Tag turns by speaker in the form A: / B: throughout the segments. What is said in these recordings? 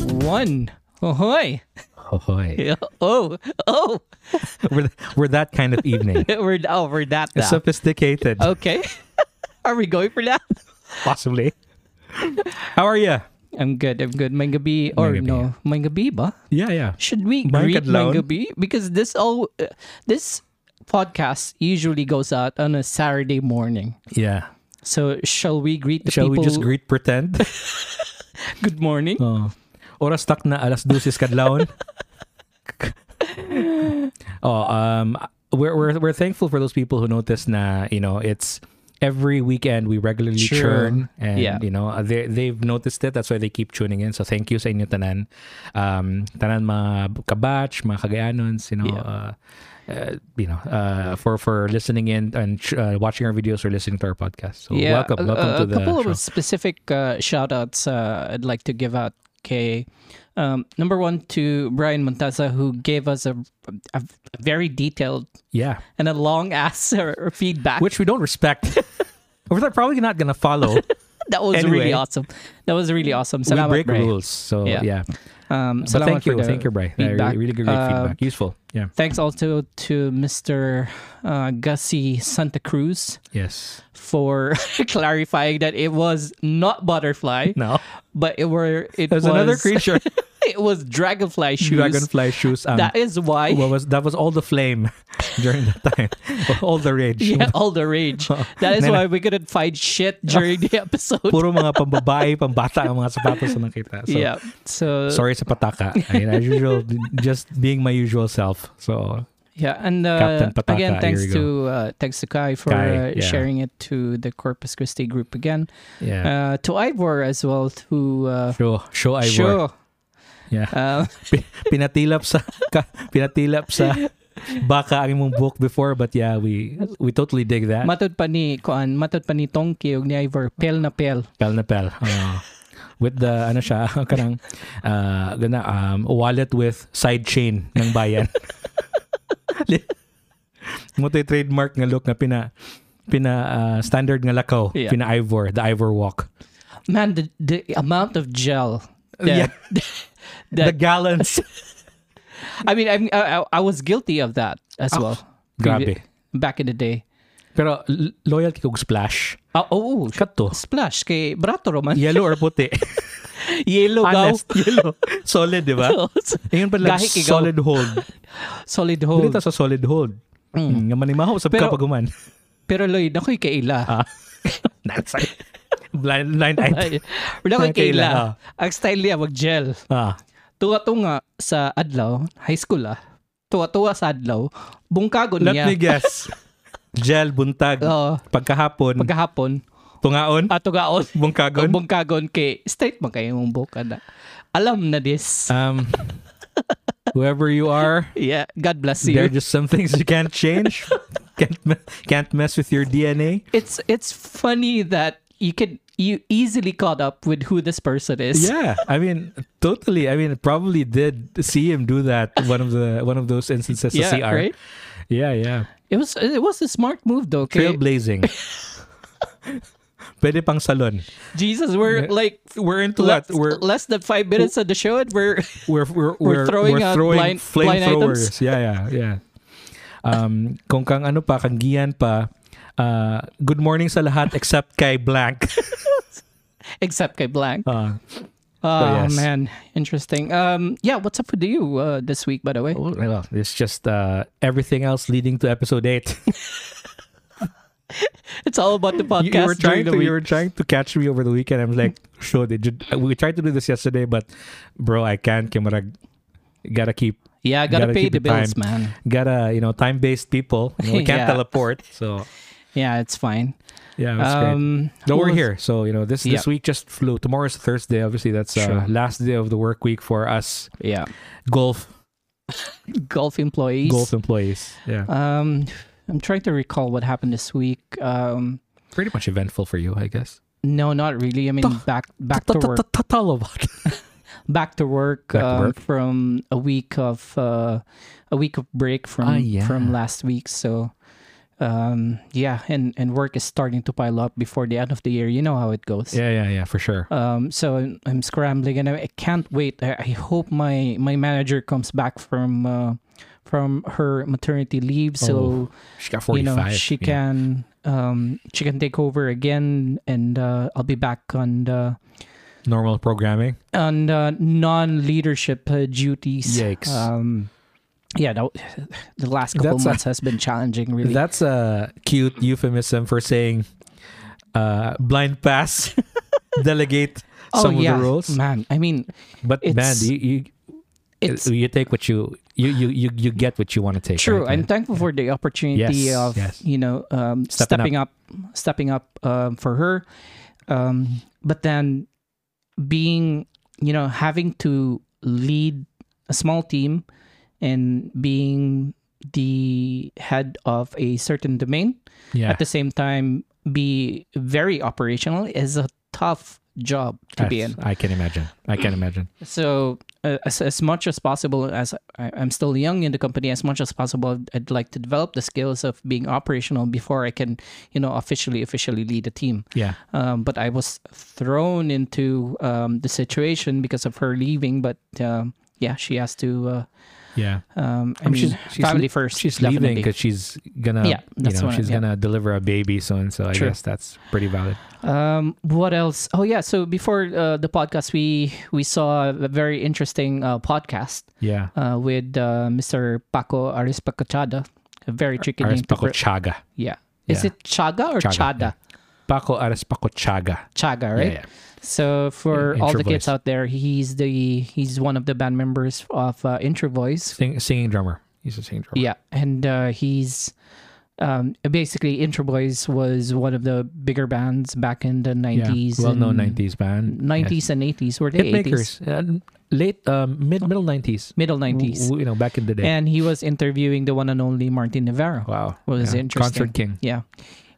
A: Yon. Hoy.
B: Hoy.
A: Oh. Oh.
B: We're, we're that kind of evening.
A: We're oh, we're that now.
B: Sophisticated,
A: okay. Are we going for that?
B: possibly. How are you?
A: I'm good. I'm good. May gabi or
B: gabi.
A: no? May gabi ba?
B: Yeah, yeah.
A: Should we
B: May
A: greet
B: kadlawon?
A: may gabi? Because this all uh, this podcast usually goes out on a Saturday morning.
B: Yeah.
A: So shall we greet the
B: Shall
A: people?
B: we just greet pretend?
A: Good morning.
B: Oh. Oras tak na alas 12 kadlawon. oh, um we're, we're we're thankful for those people who notice na, you know, it's every weekend we regularly
A: Sure.
B: churn and
A: Yeah.
B: you know, they they've noticed it that's why they keep tuning in. So thank you sa inyo tanan. Um tanan mga kabatch, mga Cagayanons, you know,
A: Yeah.
B: uh, uh, you know, uh, for for listening in and uh, watching our videos or listening to our podcast. So
A: yeah, a-
B: welcome, welcome
A: a,
B: to
A: a
B: the
A: couple
B: show.
A: of specific uh, shout outs uh, I'd like to give out. Okay. Um, number one to Brian Montaza, who gave us a, a very detailed
B: yeah,
A: and a long ass uh, feedback.
B: which we don't respect. We're not- probably not gonna follow.
A: that was really
B: anyway.
A: awesome. That was really awesome.
B: we
A: Salamat,
B: break
A: Bray.
B: rules. So
A: Yeah.
B: yeah.
A: Um,
B: But
A: salamat
B: thank
A: for
B: you.
A: the
B: Thank you, Bray. Yeah,
A: feedback.
B: Really, really great
A: Um,
B: feedback. Useful. Yeah.
A: Thanks also to Mr. Uh, Gussie Santa Cruz
B: Yes.
A: for clarifying that it was not butterfly,
B: No.
A: but it were it
B: There's
A: was
B: another creature.
A: it was dragonfly shoes.
B: Dragonfly shoes. Um,
A: that is why
B: what was that was all the flame during that time. all the rage.
A: yeah, all the rage. That is why
B: Nena.
A: we couldn't find shit during the episode.
B: Puro mga pambabae, pambata ang mga sapatos na nakita. So,
A: yeah. So
B: Sorry sa pataka. I mean, as usual, just being my usual self. So,
A: yeah, and uh,
B: Captain Pataka,
A: again,
B: here
A: thanks
B: we
A: to uh, thanks to Kai for
B: Kai,
A: uh,
B: yeah.
A: sharing it to the Corpus Christi group again.
B: yeah.
A: Uh, to Ivor as well, who uh,
B: show, show I work.
A: sure.
B: Yeah.
A: Um,
B: Pi- pinatilap sa ka, pinatilap sa baka ang imong book before but yeah we we totally dig that
A: matod pa ni kuan, matod pa ni Tongki ug ni Ivor pel na pel.
B: pel na pel Oo. with the ano siya kanang uh, gana um, wallet with side chain ng bayan mo tay trademark nga look nga pina pina uh, standard nga lakaw
A: Yeah.
B: pina Ivor the Ivor walk
A: Man, the, the amount of gel. That,
B: Yeah. the
A: That-
B: gallons
A: I mean, I'm, I, I I was guilty of that as
B: Ah,
A: well.
B: grabe
A: Back in the day.
B: pero l- loyal kay kog splash
A: Ah, oo.
B: kato
A: Splash kay Brato Roman.
B: yellow or puti
A: Yellow gaw.
B: honest yellow solid di ba Ayun pala,
A: Gahi kigaw.
B: solid hold.
A: Solid
B: Dili
A: hold.
B: ta sa solid hold. Mm. Nga manimahaw sa
A: Pero-
B: kapaguman.
A: Pero Lloyd, ako'y
B: Ah.
A: kaila.
B: That's it. Blind, blind item.
A: Ay, Wala ko'y
B: Ako'y kaila,
A: kaila. Ang style niya, mag-gel.
B: Ah.
A: Tuwa-tunga sa adlaw, high school ah. Tuwa-tuwa sa adlaw, bungkagon
B: Let
A: niya.
B: me guess. Gel, buntag.
A: Oo.
B: Pagkahapon,
A: pagkahapon,
B: tungaon,
A: ato gaon.
B: bungkagon.
A: Bungkagon kay straight man kayo mong buka na. Alam na this.
B: um, whoever you are,
A: yeah, God bless
B: there are
A: you.
B: just some things you can't change. can't, me- can't mess with your DNA.
A: It's it's funny that you can you easily caught up with who this person is.
B: Yeah, I mean, totally. I mean, probably did see him do that one of the one of those instances.
A: Yeah,
B: of CR.
A: right?
B: Yeah, yeah.
A: It was it was a smart move though. Okay?
B: Trailblazing. Pwede pang salon.
A: Jesus, we're like
B: We're into
A: less,
B: that. We're
A: less than five minutes of the show and we're
B: we're we're, we're,
A: throwing out blind- blind
B: flamethrowers. Yeah, yeah, yeah. Um, kung kang ano pa, kang Gian pa, uh, good morning sa lahat except kay blank.
A: except kay Blank.
B: Uh,
A: Oh
B: yes.
A: man, interesting. Um, yeah, what's up with you uh, this week, by the way?
B: oh, well, it's just uh, everything else leading to episode eight.
A: It's all about the
B: you,
A: podcast.
B: you were
A: during
B: trying
A: the
B: to you
A: week.
B: were trying to catch me over the weekend. I was like, sure, did you, we tried to do this yesterday, but bro, I can't. Camera, gotta keep
A: yeah, gotta,
B: gotta
A: pay
B: keep
A: the
B: the time.
A: bills, man.
B: gotta you know time based people. You know, we can't
A: Yeah.
B: teleport, so
A: Yeah, it's fine. Um,
B: yeah, that's great. No,
A: who
B: we're
A: was-
B: here. So you know this
A: Yeah.
B: this week just flew. Tomorrow's Thursday. Obviously, that's uh,
A: Sure.
B: last day of the work week for us
A: Yeah,
B: golf
A: golf employees.
B: golf employees. Yeah,
A: Um, I'm trying to recall what happened this week. Um,
B: pretty much eventful for you, I guess.
A: no, not really. I mean, back back to work.
B: Talabat.
A: back to work,
B: Back to
A: um,
B: work.
A: from uh, a week of uh, a week of break from
B: Ah, yeah.
A: from last week. So um, yeah, and and work is starting to pile up before the end of the year. You know how it goes.
B: Yeah, yeah, yeah, for sure.
A: Um, so I'm, I'm scrambling, and I, I can't wait. I, I hope my my manager comes back from uh, from her maternity leave, so
B: She got
A: you
B: 45.
A: know she
B: Oh, yeah.
A: can um she can take over again, and uh, I'll be back on the
B: Normal programming.
A: on uh, non-leadership uh, duties.
B: Yikes.
A: Um, yeah, no, the last couple
B: That's a-
A: months has been challenging, really.
B: That's a cute euphemism for saying uh, blind pass, delegate some
A: oh yeah,
B: of the roles.
A: man. I mean,
B: But man,
A: It's-
B: you, you
A: it's
B: you take what you you you you, you get what you want to take.
A: true.
B: right?
A: I'm thankful for the opportunity
B: Yes,
A: of
B: yes.
A: you know um, stepping
B: Stepping
A: up. stepping up um, for her. Um, but then being you know having to lead a small team and being the head of a certain domain
B: yeah.
A: at the same time be very operational is a tough job to be in.
B: I can imagine. I can imagine.
A: So uh, as, as much as possible, as I, I'm still young in the company, as much as possible, I'd- I'd like to develop the skills of being operational before I can, you know, officially officially lead a team.
B: Yeah.
A: Um, but I was thrown into um, the situation because of her leaving. But um, yeah, she has to. Uh,
B: Yeah.
A: um, I
B: Um,
A: mean,
B: she's- she's
A: family
B: lea-
A: first.
B: She's leaving
A: definitely.
B: because she's gonna,
A: Yeah,
B: you
A: that's
B: know,
A: what I-
B: she's
A: yeah.
B: gonna deliver a baby soon. So I
A: True.
B: guess that's pretty valid.
A: Um, what else? Oh yeah, so before uh, the podcast, we we saw a very interesting uh, podcast
B: Yeah.
A: uh, with uh, Mr. Paco Arispacochada. A very tricky
B: Aras
A: name to pro-
B: Chaga.
A: Yeah. Is
B: Yeah.
A: it Chaga or
B: Chaga,
A: Chada?
B: Paco Aras Chaga.
A: Chaga, right?
B: Yeah, yeah.
A: So for
B: In-
A: all the
B: Intro
A: kids
B: Voice.
A: out there, he's the he's one of the band members of uh, Intro Voice.
B: Sing, singing drummer. He's a singing drummer.
A: Yeah, and uh, he's um, basically Intro Boys was one of the bigger bands back in the nineties.
B: Well known 90s band.
A: nineties and eighties. Were
B: Yeah.
A: they eighties?
B: Hitmakers. Uh, late, um, mid, middle 90s.
A: Middle nineties.
B: W- w- You know, back in the day.
A: And he was interviewing the one and only Martin Navarro.
B: wow.
A: was
B: Yeah.
A: interesting.
B: Concert King.
A: Yeah,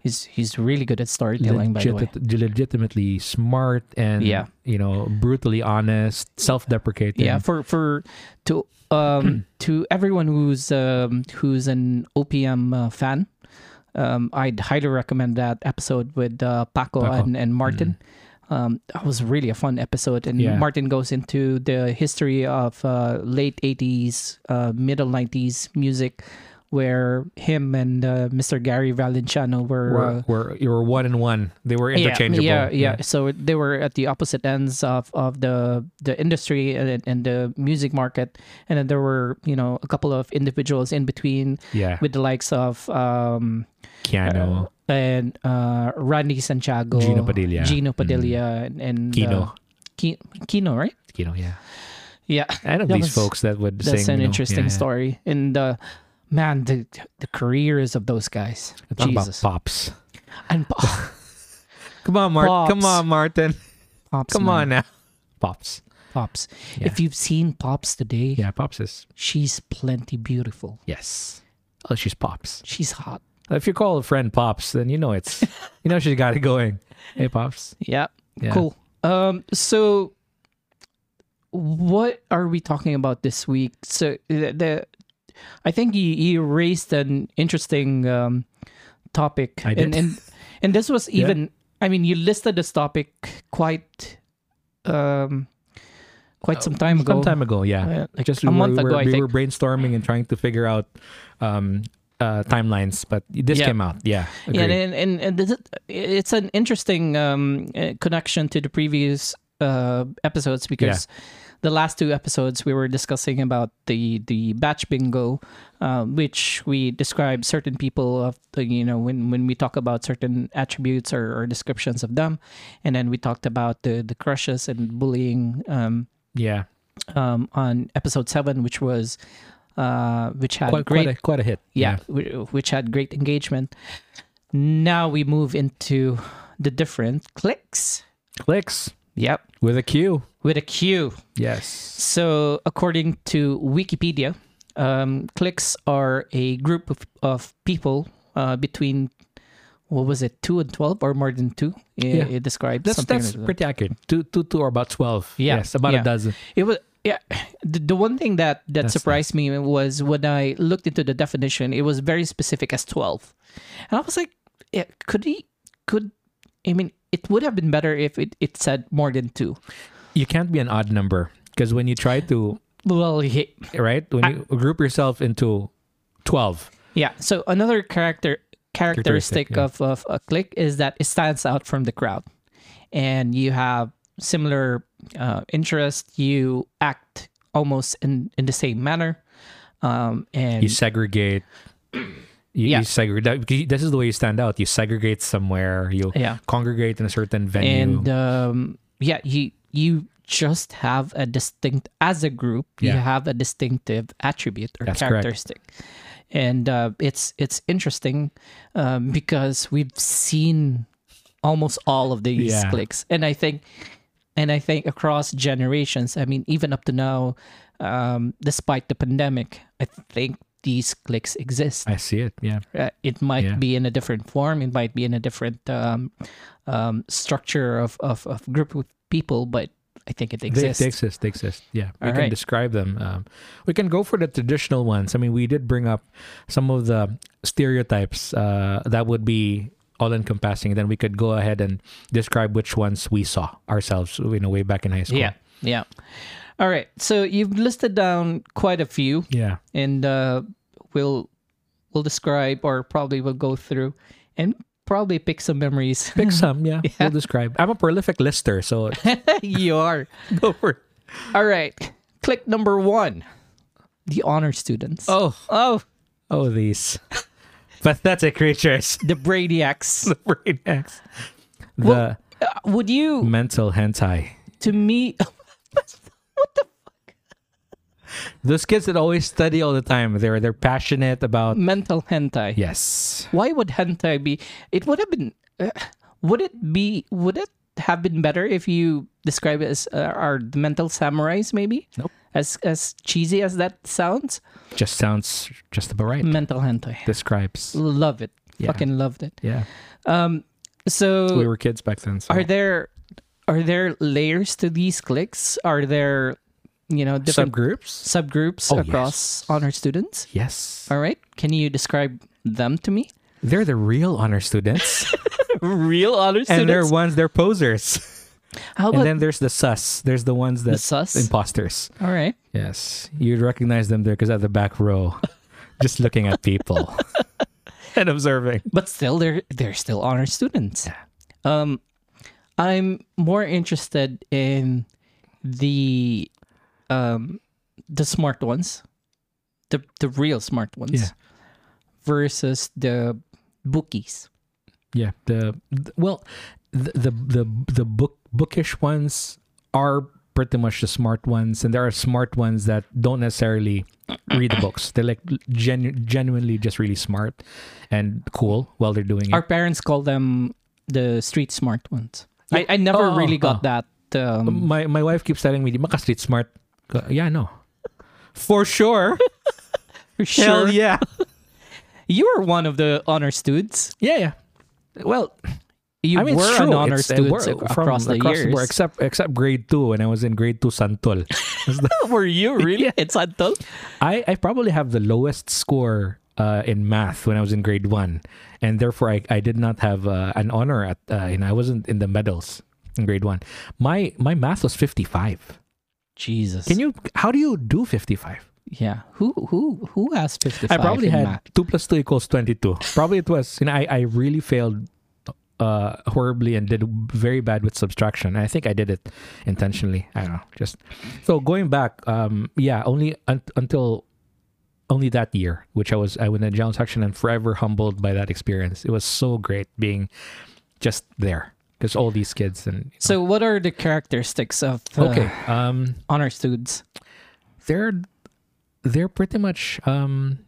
A: he's he's really good at storytelling. by the way,
B: Legit- legitimately smart and,
A: Yeah.
B: you know, brutally honest, self deprecating.
A: yeah for for to um to everyone who's um who's an opm uh, fan um i'd highly recommend that episode with uh, paco,
B: Paco. Mm.
A: and, and martin um that was really a fun episode and
B: Yeah.
A: martin goes into the history of uh late 80s uh middle 90s music where him and uh, mr gary valenciano were, uh,
B: were, were you were one and one. They were interchangeable.
A: Yeah, yeah, yeah. So they were at the opposite ends of, of the the industry and, and the music market, and then there were you know a couple of individuals in between
B: yeah.
A: with the likes of um uh,
B: Keanu,
A: and uh Randy Santiago,
B: Gino Padilla. Mm-hmm.
A: Gino Padilla, and, and
B: Kino.
A: uh, Ki- Kino, right?
B: Keanu, yeah.
A: Yeah,
B: I know
A: That
B: these
A: was-
B: folks that would sing.
A: that's an
B: you know,
A: interesting
B: yeah, yeah.
A: story. And uh, man, the the careers of those guys,
B: Talk
A: Jesus,
B: about pops.
A: and pop,
B: Come on, Martin. Come
A: Pops.
B: on, Martin.
A: pops,
B: Come
A: man.
B: on now. Pops.
A: pops.
B: Yeah.
A: If you've seen pops today,
B: Yeah, Pops is.
A: she's plenty beautiful.
B: Yes. Oh, she's Pops.
A: She's hot.
B: If you call a friend Pops, then you know it's. you know she's got it going. Hey, Pops.
A: Yeah.
B: Yeah.
A: Cool. Um so what are we talking about this week? So the, the I think you, you raised an interesting um topic.
B: I did.
A: And and, and this was
B: Yeah.
A: even I mean you listed this topic quite um quite some time ago.
B: Uh, Some time ago, yeah.
A: Uh, like
B: Just
A: a
B: we were-
A: month
B: we were,
A: ago, I
B: we
A: think.
B: were brainstorming and trying to figure out um, uh, timelines, but this
A: Yeah.
B: came out. Yeah.
A: Yeah,
B: agreed.
A: and and, and this, it's an interesting um, uh, connection to the previous uh, episodes because the last two episodes we were discussing about the the batch bingo, uh, which we describe certain people of the, you know when when we talk about certain attributes or, or descriptions of them, and then we talked about the the crushes and bullying um,
B: yeah.
A: um, on episode seven, which was uh, which had
B: Quite,
A: great
B: quite, a, quite a hit.
A: yeah, whi- which had great engagement. Now we move into the different clicks.
B: Clicks
A: Yep,
B: with a Q.
A: with a Q.
B: Yes.
A: So, according to Wikipedia, um, clicks are a group of, of people uh, between what was it, two and twelve, or more than two? It,
B: Yeah.
A: it describes
B: That's
A: something
B: that's
A: like that.
B: pretty accurate. Two two two or about twelve.
A: Yeah,
B: Yes, about
A: yeah.
B: a dozen.
A: It was yeah. The, the one thing that that
B: That's
A: surprised me was when I looked into the definition. It was very specific as twelve. And I was like, yeah, could he? Could I mean? It would have been better if it, it said more than two.
B: You can't be an odd number because when you try to
A: Well, he,
B: right when you group yourself into twelve,
A: yeah. So another character characteristic
B: Characteristic, yeah.
A: of, of a click is that it stands out from the crowd, and you have similar uh, interest. You act almost in in the same manner, um, and
B: you segregate. You,
A: Yeah.
B: you segregate. This is the way you stand out. You segregate somewhere. You
A: Yeah.
B: congregate in a certain
A: and
B: venue.
A: um, yeah, you you just have a distinct as a group. You
B: Yeah.
A: have a distinctive attribute or
B: That's correct.
A: characteristic, and uh, it's it's interesting um, because we've seen almost all of these
B: Yeah.
A: clicks, and I think and I think across generations. I mean, even up to now, um, despite the pandemic, I think these clicks exist.
B: I see it. Yeah.
A: Uh, it might
B: Yeah.
A: be in a different form. It might be in a different um, um, structure of, of, of group of people, but I think it
B: They,
A: exists.
B: they exist. They exist. Yeah,
A: All
B: we
A: right.
B: can describe them. Um, we can go for the traditional ones. I mean, we did bring up some of the stereotypes uh, that would be all-encompassing. Then we could go ahead and describe which ones we saw ourselves. You know, way back in high school.
A: yeah, yeah. All right. So you've listed down quite a few,
B: Yeah.
A: and uh, we'll we'll describe or probably we'll go through and probably pick some memories.
B: Pick some. Yeah. We'll describe. I'm a prolific lister, so
A: you are.
B: go for. it.
A: All right. Click number one. The honor students.
B: Oh,
A: oh
B: oh, these pathetic creatures.
A: the Bradyacs.
B: the brain X. The
A: Uh, would you
B: mental hentai.
A: to me
B: Those kids that always study all the time. They're they're passionate about.
A: mental hentai
B: Yes.
A: why would hentai be it would have been uh, would it be would it have been better if you describe it as uh, are the mental samurais maybe
B: Nope.
A: as as cheesy as that sounds
B: Just sounds just about right.
A: mental hentai
B: Describes.
A: love it
B: Yeah.
A: fucking loved it
B: Yeah.
A: so
B: We were kids back then. So.
A: are there are there layers to these cliques are there you know different
B: subgroups?
A: subgroups
B: Oh, yes.
A: across honor students
B: Yes.
A: all right can you describe them to me
B: They're the real honor students.
A: real honor
B: and they're
A: students
B: ones, they're posers.
A: how
B: And
A: about
B: then there's the sus. There's the ones that.
A: sus?
B: Imposters.
A: all right
B: Yes. You'd recognize them there because at the back row, just looking at people and observing.
A: but still they're they're still honor students um i'm more interested in the um the smart ones the the real smart ones
B: Yeah.
A: versus the bookies
B: Yeah. The, th- well, the, the the the book bookish ones are pretty much the smart ones, and there are smart ones that don't necessarily read the books. They're like genu- genuinely just really smart and cool while they're doing it.
A: our parents call them the street smart ones
B: Yeah.
A: I, I never
B: Oh,
A: really
B: oh,
A: got that um
B: my my wife keeps telling me, "Di ba ka street smart?" Ko, Yeah, no. For sure.
A: for sure
B: Hell yeah.
A: you were one of the honor students
B: Yeah, yeah. Well,
A: you
B: I mean,
A: were
B: it's
A: an
B: true.
A: honor
B: It's-
A: student
B: we're
A: ac-
B: from
A: across the years
B: board, except except grade two when I was in grade two Santol.
A: were you really it's adult
B: I, I probably have the lowest score uh, in math when I was in grade one, and therefore I, I did not have uh, an honor at uh, and I wasn't in the medals in grade one. My my math was fifty five.
A: jesus
B: Can you? How do you do fifty five?
A: Yeah. Who who who has fifty five?
B: I probably had two plus two equals twenty two. Probably it was. You know, I, I really failed uh horribly and did very bad with subtraction. And I think I did it intentionally. I don't know. Just so going back, um, yeah, only un- until only that year, which I was I went in the general section and forever humbled by that experience. It was so great being just there. Because all these kids and
A: So what are the characteristics of uh,
B: okay, um,
A: honor students?
B: they're they're pretty much um,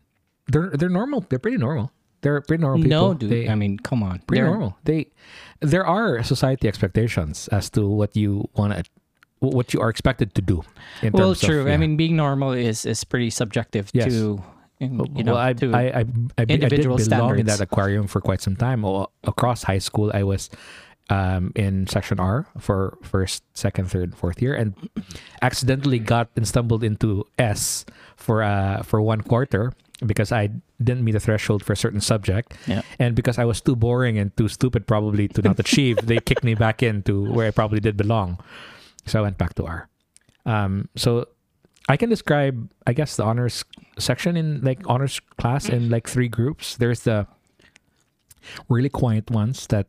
B: they're they're normal. They're pretty normal. They're pretty normal
A: No,
B: people.
A: dude.
B: They-
A: I mean, come on.
B: pretty
A: They're-
B: normal. They there are society expectations as to what you want to what you are expected to do. In
A: Well,
B: terms of-
A: true. I
B: yeah.
A: mean, being normal is is pretty subjective
B: Yes.
A: to you know
B: well, I,
A: to
B: I, I, I, be- I did
A: individual
B: belong
A: standards.
B: in that aquarium for quite some time. Well, across high school, I was um, in section R for first, second, third, fourth year, and accidentally got and stumbled into S for uh, for one quarter because I didn't meet the threshold for a certain subject,
A: Yeah.
B: and because I was too boring and too stupid probably to not achieve, they kicked me back into where I probably did belong. So I went back to R. Um, so I can describe, I guess, the honors section in like honors class in like three groups. There's the really quiet ones that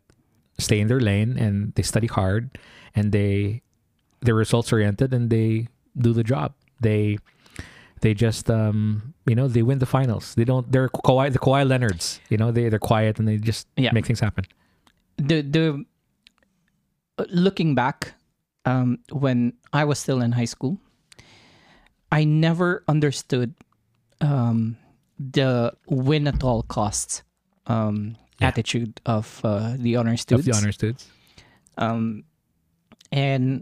B: stay in their lane and they study hard and they they're results oriented and they do the job. They they just um you know they win the finals. They don't they're Kawhi the Kawhi Leonards. You know they they're quiet and they just
A: Yeah.
B: make things happen.
A: the the looking back um, when I was still in high school, I never understood um, the win at all costs um, attitude of uh, the honor
B: Of
A: students,
B: the honors dudes.
A: Um, and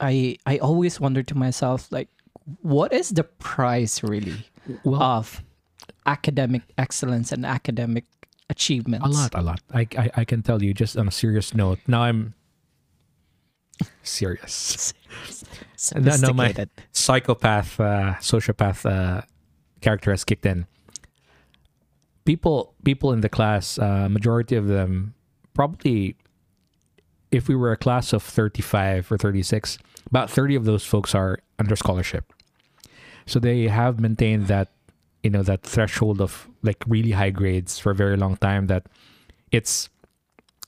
A: I I always wondered to myself like, what is the price really
B: Well,
A: of academic excellence and academic achievements?
B: a lot, a lot. I, I I can tell you just on a serious note. Now I'm serious. no, no, my
A: Sophisticated.
B: psychopath, uh, sociopath uh, character has kicked in. People, people in the class, uh, majority of them, probably, if we were a class of thirty-five or thirty-six, about thirty of those folks are under scholarship. So they have maintained that, you know, that threshold of like really high grades for a very long time. That it's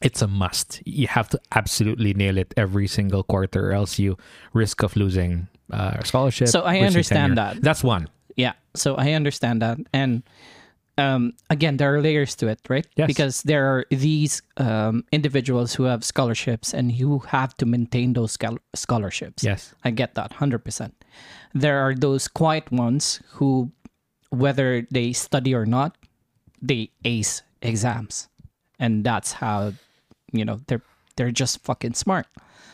B: it's a must. You have to absolutely nail it every single quarter, or else you risk of losing uh, scholarship.
A: So I
B: risk your
A: understand
B: tenure.
A: that.
B: That's one.
A: Yeah, so I understand that, and um, again, there are layers to it, right?
B: Yes.
A: Because there are these um, individuals who have scholarships and who have to maintain those schol- scholarships.
B: Yes.
A: I get that, hundred percent. There are those quiet ones who, whether they study or not, they ace exams, and that's how, you know, they're they're just fucking smart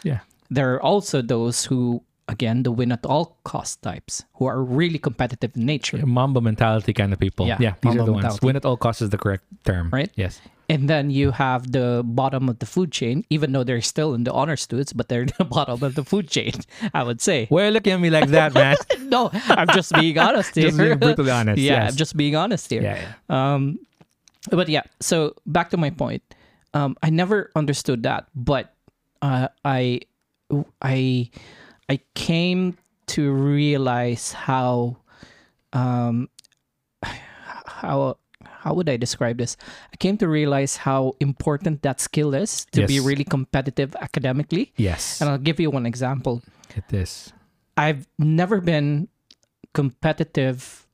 B: Yeah.
A: there are also those who again the win at all cost types who are really competitive in nature
B: Mamba mentality kind of people.
A: Yeah,
B: Yeah. these
A: Mamba
B: are the ones.
A: mentality.
B: Win at all costs is the correct term.
A: Right?
B: Yes.
A: and then you have the bottom of the food chain even though they're still in the honor students but they're the bottom of the food chain i would say
B: Well, look at me like that, man.
A: no i'm just being honest here
B: Just being brutally honest,
A: yeah
B: yes.
A: i'm just being honest here
B: yeah.
A: but yeah so back to my point um i never understood that but uh i i i came to realize how um how how would i describe this i came to realize how important that skill is to be
B: Yes.
A: really competitive academically
B: Yes.
A: and i'll give you one example
B: It is.
A: I've never been competitive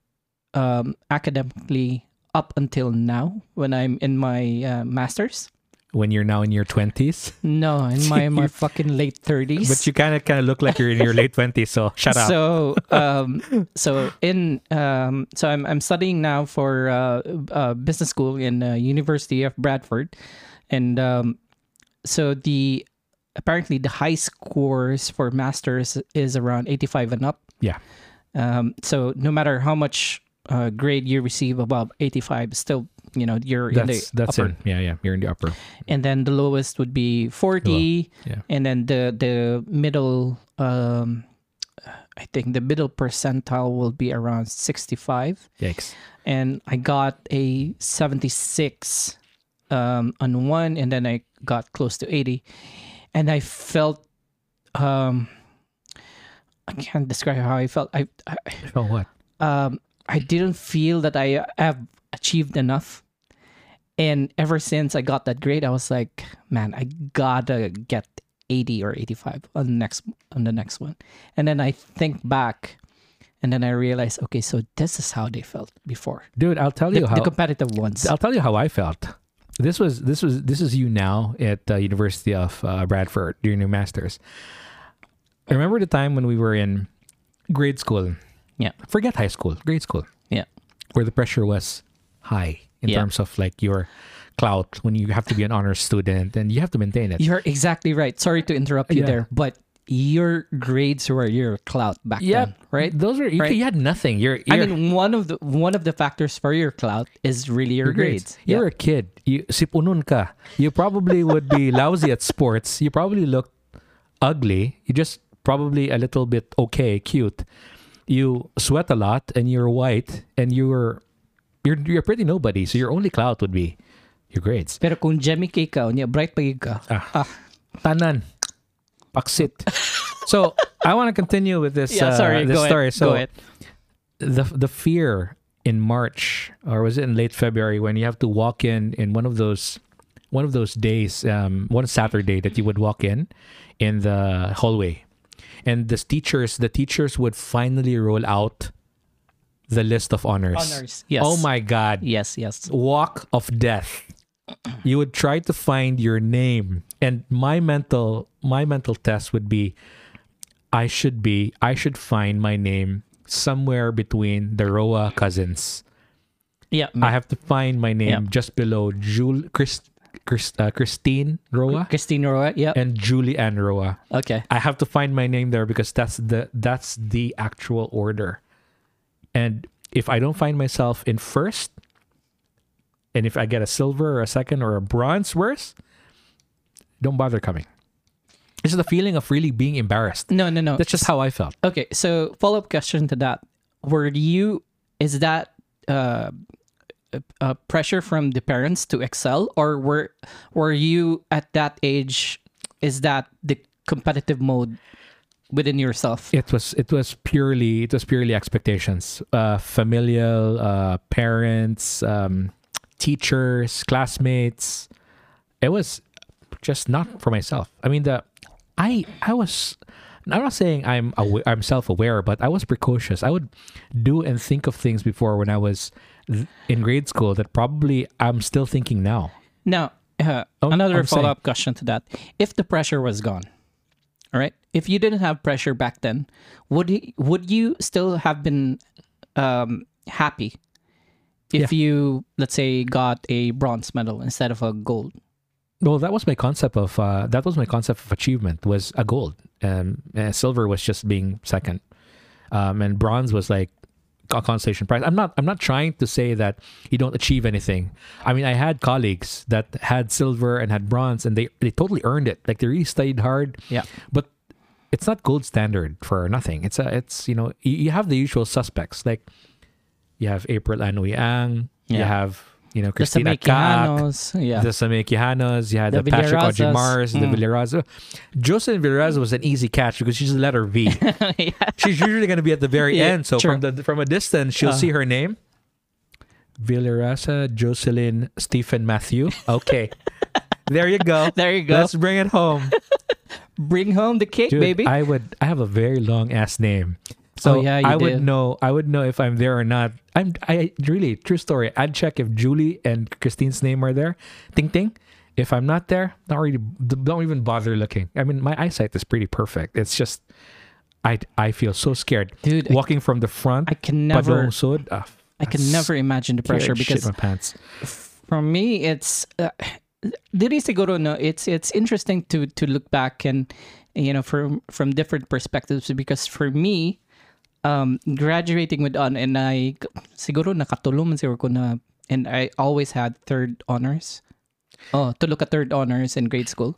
A: um, academically up until now when I'm in my uh, masters.
B: When you're now in your twenties,
A: No, in my, my fucking late 30s.
B: but you kind of kind of look like you're in your late twenties. So shut up.
A: so um so in um so i'm i'm studying now for uh, uh business school in uh, University of Bradford and um so the apparently the high scores for masters is around 85 and up
B: yeah.
A: Um, so no matter how much uh, grade you receive above 85, still, you know, you're in
B: That's
A: the
B: that's
A: upper.
B: it. Yeah, yeah. You're in the upper.
A: And then the lowest would be 40.
B: Yeah.
A: And then the, the middle, um, I think the middle percentile will be around 65.
B: Yikes.
A: And I got a 76 um, on one, and then I got close to 80. And I felt, um, I can't describe how I felt. I, I
B: Oh what?
A: um, I didn't feel that I have achieved enough. And ever since I got that grade, I was like, man, I gotta get 80 or 85 on the next on the next one. And then I think back, and then I realize, okay, so this is how they felt before.
B: Dude, I'll tell
A: The,
B: you how.
A: the competitive ones.
B: I'll tell you how I felt. This was this was this is you now at uh, University of uh, Bradford, your new masters. I remember the time when we were in grade school.
A: Yeah.
B: Forget high school, grade school,
A: Yeah.
B: where the pressure was high in
A: Yeah.
B: terms of like your clout when you have to be an honor student and you have to maintain it.
A: You're exactly right. Sorry to interrupt you
B: Yeah.
A: there, but your grades were your clout back then, right?
B: Those were you,
A: Right.
B: you had nothing. You're,
A: I
B: you're-
A: mean, one of the one of the factors for your clout is really your, grades.
B: You're a kid. You sipunun ka. You probably would be lousy at sports. You probably looked ugly. You just probably a little bit okay, cute. You sweat a lot and you're white and you're you're you're pretty nobody. So your only clout would be your grades.
A: Pero kung Jemmy ka ikaw, niya bright pa gid ka.
B: Ah, Tanan. Paksit. so I want to continue with this
A: Yeah,
B: uh,
A: sorry.
B: this
A: go
B: story.
A: Ahead.
B: So
A: go ahead.
B: the the fear in March or was it in late February when you have to walk in in one of those one of those days um, one Saturday that you would walk in in the hallway and the teachers the teachers would finally roll out the list of honors.
A: Honors, yes.
B: Oh my god.
A: Yes, yes.
B: Walk of death. You would try to find your name and my mental my mental test would be I should be, I should find my name somewhere between the Roa cousins.
A: Yeah.
B: I have to find my name
A: Mm. Yeah.
B: just below Jul, Chris, Chris, uh, Christine Roa
A: Christine Roy. Yeah.
B: and Julie Ann Roa.
A: Okay.
B: I have to find my name there because that's the that's the actual order. And if I don't find myself in first, and if I get a silver or a second or a bronze, worse, don't bother coming. This is the feeling of really being embarrassed.
A: No, no, no.
B: That's just how I felt.
A: Okay, so follow up question to that: Were you is that uh, uh, pressure from the parents to excel, or were were you at that age? Is that the competitive mode within yourself?
B: it was it was purely it was purely expectations uh familial uh parents um teachers classmates it was just not for myself i mean the i i was i'm not saying i'm awa- i'm self-aware but i was precocious i would do and think of things before when i was th- in grade school that probably i'm still thinking now
A: Now, uh, another
B: Oh, I'm saying-
A: follow up question to that: If the pressure was gone, all right, if you didn't have pressure back then, would you, would you still have been um, happy if you, let's say, got a bronze medal instead of a gold?
B: well that was my concept of uh, that was my concept of achievement was a gold um, and silver was just being second um, and bronze was like a consolation prize i'm not i'm not trying to say that you don't achieve anything i mean i had colleagues that had silver and had bronze and they they totally earned it like they really studied hard
A: Yeah.
B: but it's not gold standard for nothing it's a it's you know you, you have the usual suspects like you have april Anui Ang, you
A: Yeah.
B: have you know
A: The
B: christina Kak,
A: Samikianos, yeah.
B: the Samekianos, you had
A: The Mm.
B: the, Patrick
A: Villarazas.
B: Ojimars, the Villaraza. Jocelyn Villaraza was an easy catch because she's the letter V. She's usually going to be at the very
A: Yeah,
B: end. So
A: true. Uh.
B: from the from a distance, she'll see her name. Villaraza, Jocelyn, Stephen Matthew. Okay. there you go.
A: There you go.
B: Let's bring it home.
A: Bring home the cake,
B: Dude,
A: baby.
B: I would I have a very long ass name. So
A: Oh, yeah, you
B: I
A: do.
B: would know I would know if I'm there or not. I'm I really true story. I'd check if Julie and Christine's name are there. Ting ting. If I'm not there, not really don't even bother looking. I mean my eyesight is pretty perfect. It's just I I feel so scared.
A: Dude, I-
B: walking from the front.
A: I can never-
B: Padungsod, ah,
A: I can never imagine the pressure
B: scared
A: because
B: shit my pants.
A: for me it's uh, Diri siguro no it's it's interesting to to look back and you know from from different perspectives because for me um graduating with on and I siguro nakatulong man siguro ko na and I always had third honors oh to look at third honors in grade school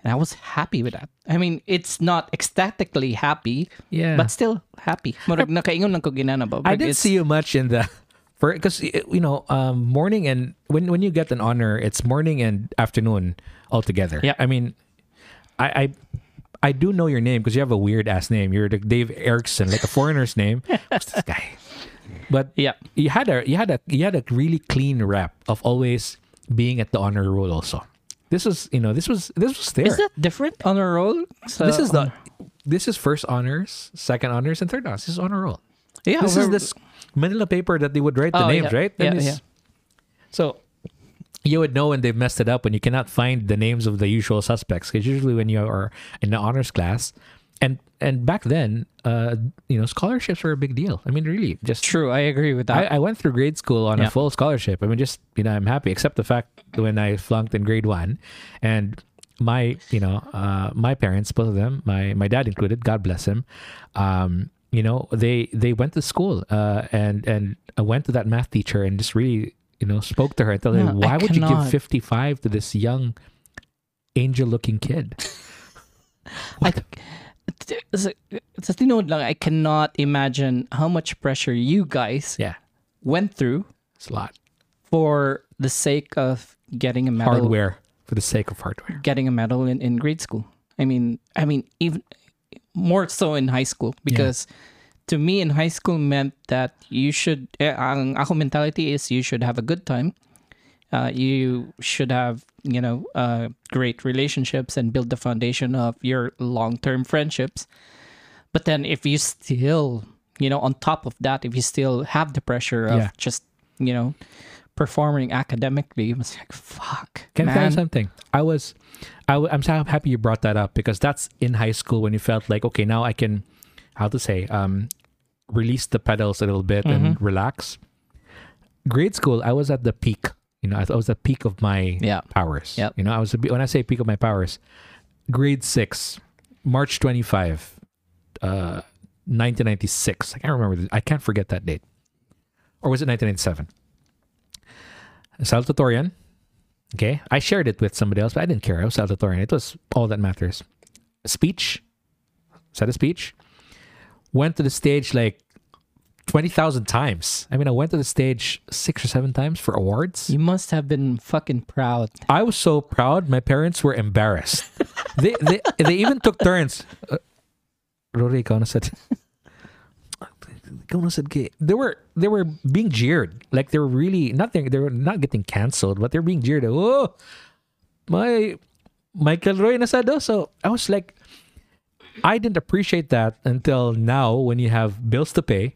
A: and I was happy with that I mean it's not ecstatically happy
B: Yeah.
A: but still happy Murag nakaingon lang ko ginana ba But
B: I didn't
A: it's-
B: see you much in the for because you know um, morning and when when you get an honor, it's morning and afternoon altogether.
A: Yeah.
B: I mean, I. I I do know your name because you have a weird ass name. You're like Dave Erickson, like a foreigner's name. What's this guy? But
A: Yeah.
B: you had a you had a you had a really clean rep of always being at the honor roll. Also, this was you know this was this was there.
A: is Uh, that different on a roll? So,
B: this is the this is first honors, second honors, and third honors. This is honor roll
A: yeah.
B: this is
A: we're-
B: this manila paper that they would write the
A: Oh,
B: names,
A: yeah.
B: right? And
A: Yeah,
B: it's- So you would know when they've messed it up when you cannot find the names of the usual suspects. Because usually when you are in the honors class, and and back then, uh, you know, scholarships were a big deal. I mean, really, just
A: True, I agree with
B: I,
A: that.
B: I went through grade school on
A: Yeah.
B: a full scholarship. I mean, just you know, I'm happy except the fact when I flunked in grade one, and my you know uh, my parents both of them my my dad included god bless him um, you know they they went to school uh, and and I went to that math teacher and just really you know spoke to her and told her
A: No, I
B: why would you give
A: cannot.
B: 55 to this young angel looking kid
A: I, sa, sa tinood lang, I cannot imagine how much pressure you guys
B: yeah
A: went through
B: it's a lot
A: for the sake of getting a medal.
B: hardware for the sake of hardware
A: Getting a medal in, in grade school. I mean, I mean, even more so in high school because to me in high school meant that you should. Eh, ang ako mentality is you should have a good time. Uh, you should have you know uh, great relationships and build the foundation of your long term friendships. But then if you still, you know, on top of that, if you still have the pressure of
B: Yeah.
A: just, you know, performing academically, it was like, fuck,
B: Can I tell you
A: man.
B: something? I was, I w- I'm so happy you brought that up because that's in high school when you felt like, okay, now I can, how to say, um, release the pedals a little bit and relax. Grade school, I was at the peak. You know, I I was at the peak of my
A: Yeah.
B: powers.
A: Yep.
B: You know, I was a bit- when I say peak of my powers, grade six, March 25, uh, 1996. I can't remember. The, I can't forget that date. Or was it 1997? Salvatorian. Okay. I shared it with somebody else, but I didn't care. I was salutatorian. It was all that matters. Speech. Said a speech. Went to the stage like 20,000 times. I mean, I went to the stage six or seven times for awards.
A: You must have been fucking proud.
B: I was so proud. My parents were embarrassed. they, they they even took turns. Uh, Rory, ikaw na said. Ikaw na said kay- They were they were being jeered. Like they were really not they, they were not getting canceled, but they're being jeered. Oh, my Michael Roy na said. oh." So I was like, I didn't appreciate that until now when you have bills to pay,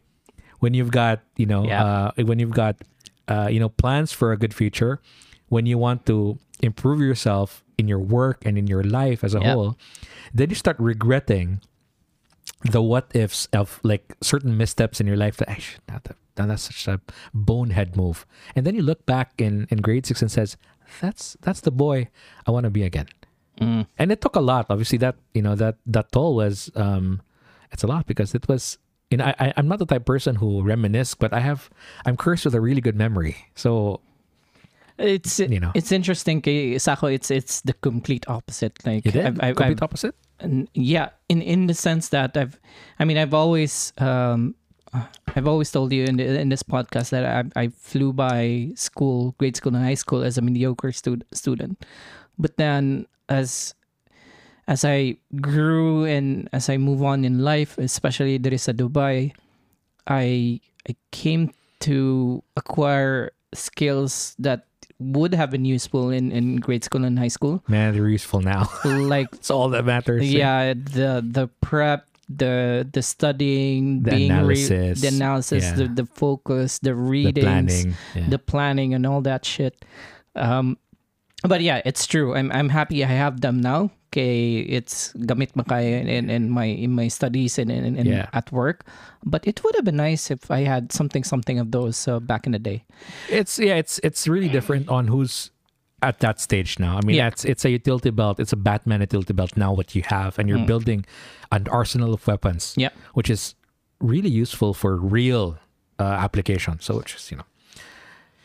B: when you've got, you know,
A: Yeah.
B: uh, when you've got, uh, you know, plans for a good future, when you want to improve yourself in your work and in your life as a
A: Yeah.
B: whole, then you start regretting the what ifs of like certain missteps in your life that I should not have done that's such a bonehead move. And then you look back in, in grade six and says, That's that's the boy I want to be again. And it took a lot. Obviously that you know that that toll was um it's a lot because it was you know, I, I I'm not the type of person who reminisce, but I have I'm cursed with a really good memory. So
A: It's
B: You know.
A: it's interesting kay Sako it's it's the complete opposite like
B: it did
A: I've- I've-
B: complete
A: I've-
B: opposite.
A: n- yeah in in the sense that I've I mean I've always um I've always told you in the, in this podcast that I I flew by school grade school and high school as a mediocre stud- student but then as as I grew and as I move on in life especially there is a Dubai I I came to acquire skills that would have been useful in, in grade school and high school.
B: Man, they're useful now.
A: Like
B: it's all that matters.
A: yeah, the the prep, the the studying,
B: The
A: being re-
B: analysis,
A: the analysis,
B: yeah.
A: the, the focus, the
B: The
A: readings,
B: planning. yeah.
A: the planning and all that shit. Um, but yeah, it's true. I'm I'm happy I have them now. Okay, it's gamit makaya in, in my in my studies and, and, and
B: Yeah.
A: at work. But it would have been nice if I had something something of those uh, back in the day.
B: It's yeah, it's it's really different on who's at that stage now. I mean,
A: Yeah.
B: that's it's a utility belt. It's a Batman utility belt now. What you have, and you're building an arsenal of weapons.
A: Mm. Yeah.
B: which is really useful for real uh, application. So it's just you know,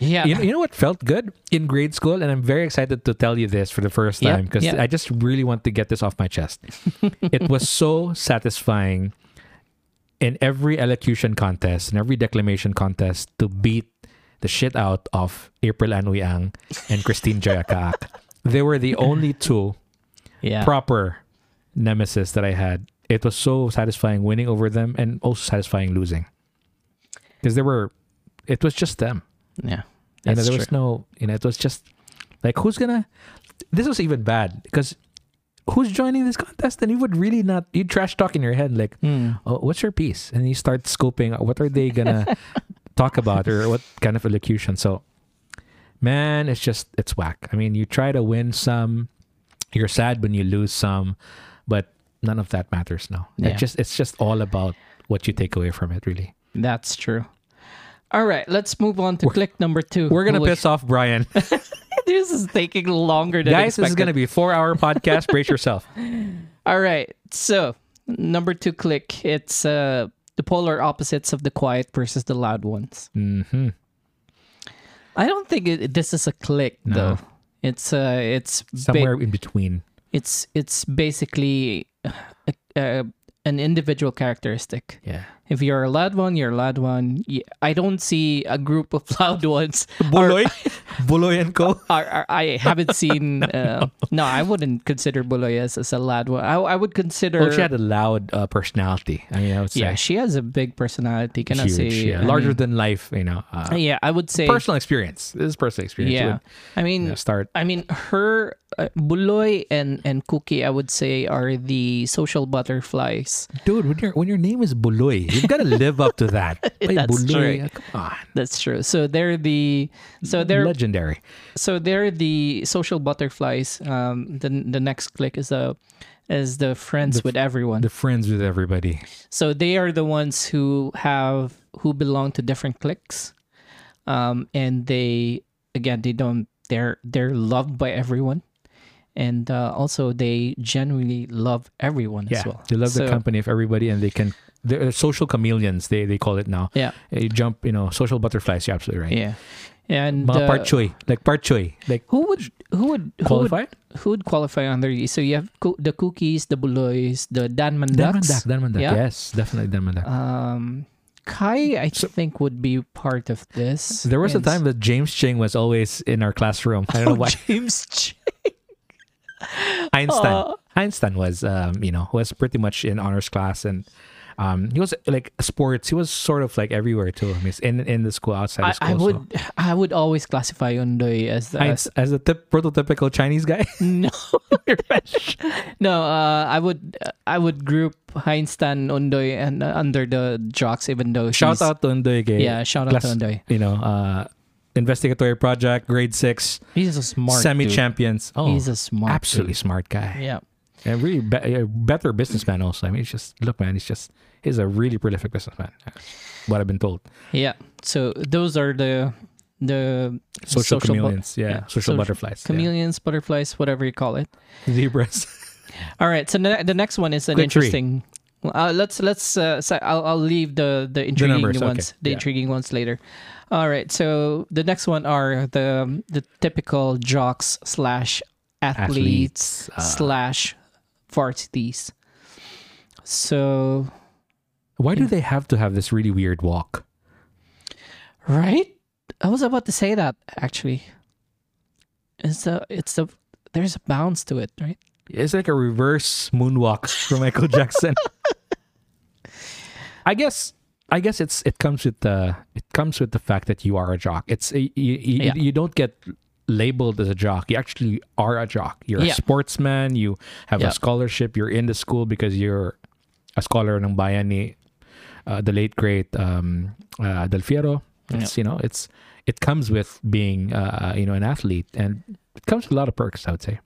A: Yeah.
B: you know, you know what felt good in grade school, and I'm very excited to tell you this for the first
A: Yeah,
B: time because
A: yeah.
B: I just really want to get this off my chest. it was so satisfying in every elocution contest, in every declamation contest, to beat the shit out of April Anuyang and Christine Joyakaak. they were the only two
A: yeah.
B: proper nemesis that I had. It was so satisfying winning over them, and also satisfying losing because they were. It was just them.
A: yeah.
B: You know,
A: That's
B: there
A: true.
B: was no, you know, it was just like, who's gonna, this was even bad because who's joining this contest? And you would really not, you trash talk in your head, like,
A: Hmm.
B: oh, what's your piece? And you start scoping, what are they gonna talk about or what kind of elocution? So, man, it's just, it's whack. I mean, you try to win some, you're sad when you lose some, but none of that matters now.
A: Yeah.
B: It just, it's just all about what you take away from it, really.
A: That's true. All right, let's move on to click number two.
B: We're gonna
A: which-
B: piss off Brian.
A: this is taking longer than
B: Guys,
A: expected.
B: this is going to be a four hour podcast. Brace yourself.
A: All right. So, number two click. It's uh, the polar opposites of the quiet versus the loud ones.
B: hmm
A: I don't think it, this is a click,
B: No.
A: though. It's uh, it's ba-
B: Somewhere in between.
A: it's it's basically a, a, an individual characteristic.
B: Yeah.
A: If you're a loud one, you're a loud one. Y- I don't see a group of loud ones.
B: Buloy? Buloy and Co.
A: Or, or I haven't seen. Uh, no, I wouldn't consider Buloy as, as a loud one. I, I would consider.
B: Well, she had a loud uh, personality. I mean, I would say
A: yeah, she has a big personality. Can I
B: huge,
A: say
B: yeah.
A: I
B: larger
A: mean,
B: than life. You know, uh,
A: yeah, I would say.
B: personal experience. This is personal experience.
A: yeah,
B: Would,
A: I mean,
B: you know, start.
A: I mean, her uh, Buloy and and Cookie, I would say, are the social butterflies.
B: dude when your when your name is buloy you've got to live up to that Play
A: That's
B: buloy Uh,
A: true.
B: come on
A: That's true. So they're the so they're
B: legendary
A: so they're the social butterflies. Um, the the next click is the is the friends with everyone.
B: the friends with everybody
A: so they are the ones who have who belong to different cliques, um, and they again they don't they're they're loved by everyone, and uh, also they genuinely love everyone
B: yeah
A: as well.
B: they love the
A: So-
B: company of everybody and they can they're social chameleons they they call it now
A: Yeah,
B: you jump you know social butterflies you're absolutely right
A: yeah, and
B: Mga
A: uh,
B: part choy like part choy like
A: who would who would who would,
B: qualified
A: who would qualify under you? So you have co- the cookies, the buloys, the danman ducks.
B: Danmandak, Danmandak.
A: Yeah.
B: yes definitely Danmandak.
A: Um, Kai, I think would be part of this.
B: there was a
A: And-
B: time that James Ching was always in our classroom. I
A: Oh,
B: don't know why.
A: James Ch-
B: Einstein.
A: Aw.
B: Einstein was, um, you know, was pretty much in honors class, and um, he was like sports. He was sort of like everywhere too. I mean, in in the school,
A: I,
B: outside the school.
A: I
B: so.
A: would uh, I would always classify Undoy as the
B: Einst- as a tip, prototypical Chinese guy.
A: no no uh, I would I would group Einstein Undoy and uh, under the jocks even though
B: shout
A: he's-
B: out to Undoy. kay
A: yeah shout out to
B: class-
A: Undoy
B: You know, uh, investigatory project, grade six,
A: he's a smart dude.
B: semi champions. Oh,
A: he's a smart
B: absolutely
A: dude.
B: smart guy.
A: yeah
B: And really be- a better businessman also. I mean, he's just look, man. He's just he's a really prolific businessman. What I've been told.
A: yeah so those are the the
B: Social,
A: bu-
B: chameleons, yeah. Social, butterflies, yeah.
A: chameleons butterflies whatever you call it
B: zebras.
A: All right. So ne- the next one is an
B: Click three.
A: interesting. Uh, let's let's. Uh, so I'll I'll leave the the intriguing
B: numbers, okay.
A: ones, the
B: Yeah.
A: intriguing ones later. All right. So the next one are the the typical jocks slash athletes,
B: Athletes, uh,
A: slash varsities. So
B: Why do they have to have this really weird walk?
A: right, I was about to say that actually. It's the it's the there's a bounce to it, right?
B: It's like a reverse moonwalk from Michael Jackson. I guess I guess it's it comes with the it comes with the fact that you are a jock. It's you, you, you-
A: Yeah.
B: you don't get labeled as a jock. You actually are a jock. You're
A: Yeah.
B: a sportsman, you have
A: Yeah.
B: a scholarship, you're in the school because you're a scholar ng bayan ni uh, the late great um uh, Del Fierro. It's you know, it's it comes with being uh, you know an athlete and it comes with a lot of perks, I would say.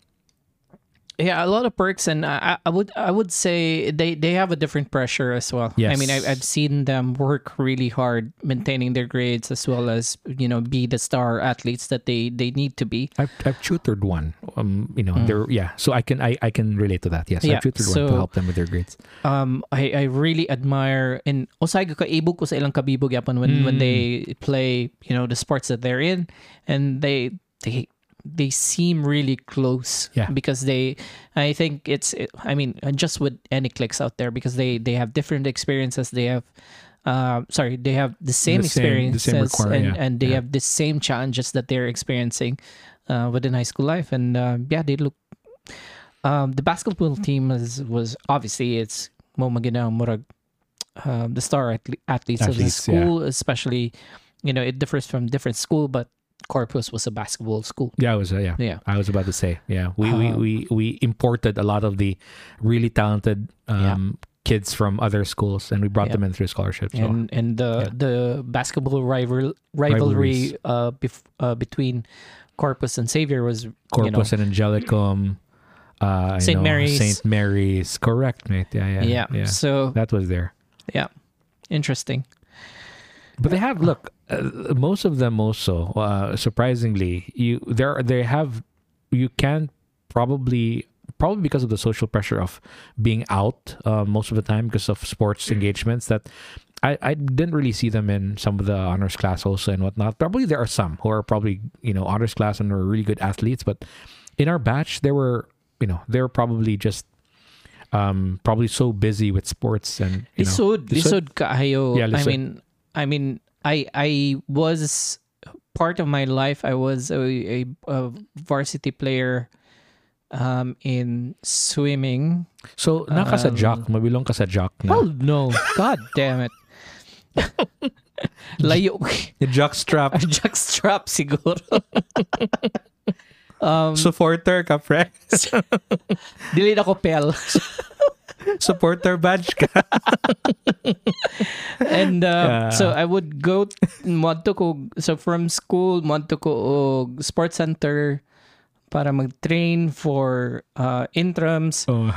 A: Yeah, a lot of perks, and I, I I would I would say they they have a different pressure as well. I
B: Yes.
A: mean, I, I've seen them work really hard, maintaining their grades as well as you know be the star athletes that they they need to be.
B: I've, I've tutored one. Um, you know, they're yeah. So I can I, I can relate to that. Yes,
A: Mm. Yeah,
B: I've tutored one
A: so-
B: to help them with their grades.
A: Um, I, I really admire and osay ko kaibo ko sa ilang kabibog yapon when
B: Mm.
A: when they play you know the sports that they're in, and they they they seem really close
B: Yeah.
A: because they i think it's i mean uh, just with any clicks out there because they they have different experiences they have uh, sorry, they have the same
B: The same- the
A: experiences
B: same requirement,
A: and,
B: yeah,
A: and they
B: yeah.
A: have the same challenges that they're experiencing uh, within high school life. And uh, yeah, they look. Um, the basketball team is, was obviously it's Mo Maginaw Murag, um, the star athle- athletes, of the
B: Athletes, yeah.
A: school, especially. You know, it differs from different school, but Corpus was a basketball school.
B: Yeah, I was uh, yeah.
A: Yeah. Uh-huh.
B: I was about to say yeah. We we, we we imported a lot of the really talented um, kids from other schools, and we brought
A: Yeah.
B: them in through scholarships. So.
A: and and the the basketball rival rivalry
B: Rivalries.
A: uh, bef- uh between Corpus and Xavier was
B: Corpus
A: you
B: and Angelicum, uh, you
A: Saint
B: know,
A: Mary's.
B: Saint Mary's, correct, mate. Yeah, yeah,
A: know, yeah. So
B: That was there.
A: yeah, interesting.
B: But they have look. uh, most of them also uh, surprisingly you there they have you can probably probably because of the social pressure of being out uh, most of the time because of sports engagements that I, I didn't really see them in some of the honors class also and whatnot. Probably there are some who are probably, you know, honors class and are really good athletes, but in our batch there were you know, they were probably just um probably so busy with sports and you know,
A: Lisod, lisod kayo.
B: Yeah,
A: I
B: lisod.
A: mean, I mean, I I was part of my life. I was a, a, a varsity player um in swimming.
B: so naka sa jock,
A: Um,
B: mabilong ka sa jock
A: Oh
B: na.
A: no! God damn it! Layo.
C: Yung jock strap.
A: Jockstrap siguro. um,
C: Supporter ka, pre.
A: dili na ko pel.
C: Supporter badge ka.
A: And uh,
B: Yeah.
A: so I would go modto ko so from school modto ko og sports center para mag-train for uh, interims
B: Oh,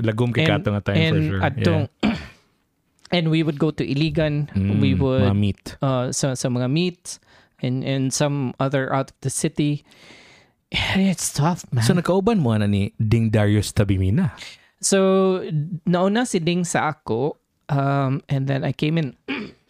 B: lagom kay kato nga time for
A: and
B: sure.
A: adtong- and we would go to Iligan.
B: Mm,
A: we would
B: meet.
A: uh, sa, sa mga meet and, and some other out of the city. It's tough, man.
B: So nakauban mo na ni Ding Darius Tabimina.
A: So, nauna si Ding sa ako. Um, and then I came in.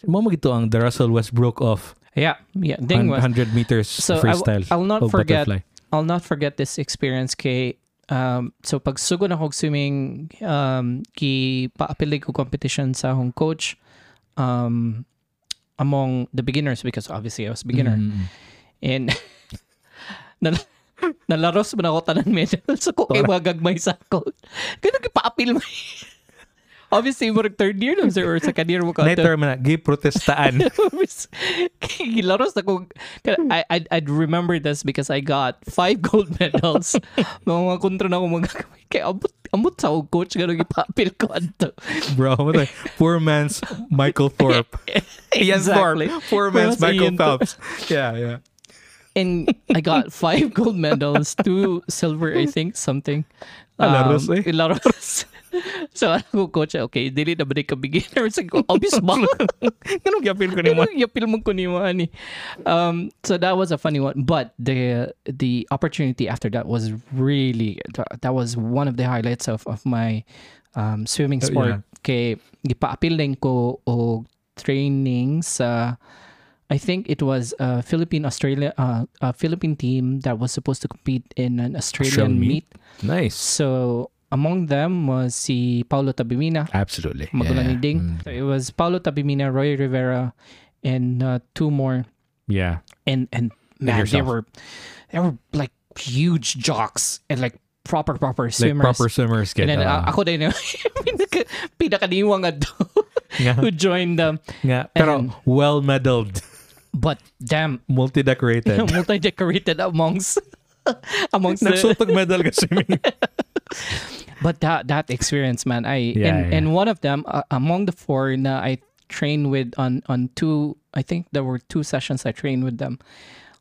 B: Mo mo gito ang the Russell Westbrook of
A: Yeah, yeah. Ding was.
B: hun- 100 meters
A: So, I w-
B: freestyle.
A: I'll not
B: o
A: forget.
B: butterfly.
A: I'll not forget this experience kay um, so pag sugod ako og swimming um, ki paapili ko competition sa akong coach um, among the beginners because obviously I was beginner
B: Mm.
A: and nal- nalaros man ako tanan medal so ko kay mga gagmay sa ako kaya paapil mo obviously mo third year lang sir or second year mo ka
C: Night term na, gi protestaan.
A: Gilaros ako. I, I'd, I'd remember this because I got five gold medals. Mga kontra na ako magagamay. Kaya ambot, ambot sa akong coach. Ganun ipapil ko anto.
C: Bro, what the- poor man's Michael Thorpe. Ian
A: Exactly.
C: Thorpe. Poor
A: Poor
C: man's
A: man's
C: Michael
A: Ian Thorpe.
C: Phelps. Yeah, yeah.
A: And I got five gold medals, two silver, I think, something.
C: Alaros, eh.
A: Ilaros. so, ako coach, okay, dili na ba di ka beginner? Sabi ko, obvious ba?
C: Ganun gapin ko ni
A: Ano yung yapil mong kuniwa ni? Um, so that was a funny one, but the the opportunity after that was really that, that was one of the highlights of of my um, swimming
C: Oh,
A: sport. Kay gipaapil din ko o training sa I think it was a Philippine Australia uh, a Philippine team that was supposed to compete in an Australian
B: Australian meet?
A: meet.
B: Nice.
A: So among them was si Paulo Tabimina
B: Absolutely.
A: magulang
B: yeah.
A: ni Ding.
B: Mm.
A: So it was Paulo Tabimina, Roy Rivera, and uh, two more.
B: Yeah.
A: And and man, they
B: yourself.
A: were they were like huge jocks and like proper proper
B: Like
A: swimmers.
B: proper swimmers
A: and
B: kid.
A: then uh,
B: ah.
A: ako din yung pinaka, pinakaniwang ato
C: Nga,
A: who joined them.
C: nga. Pero
A: And-
C: well medaled.
A: But damn,
C: Multi-decorated.
A: multi-decorated amongst amongst the,
C: Nagsultog medal ka swimming.
A: but that that experience man i
B: Yeah,
A: and,
B: yeah.
A: and one of them uh, among the four na i trained with on on two i think there were two sessions i trained with them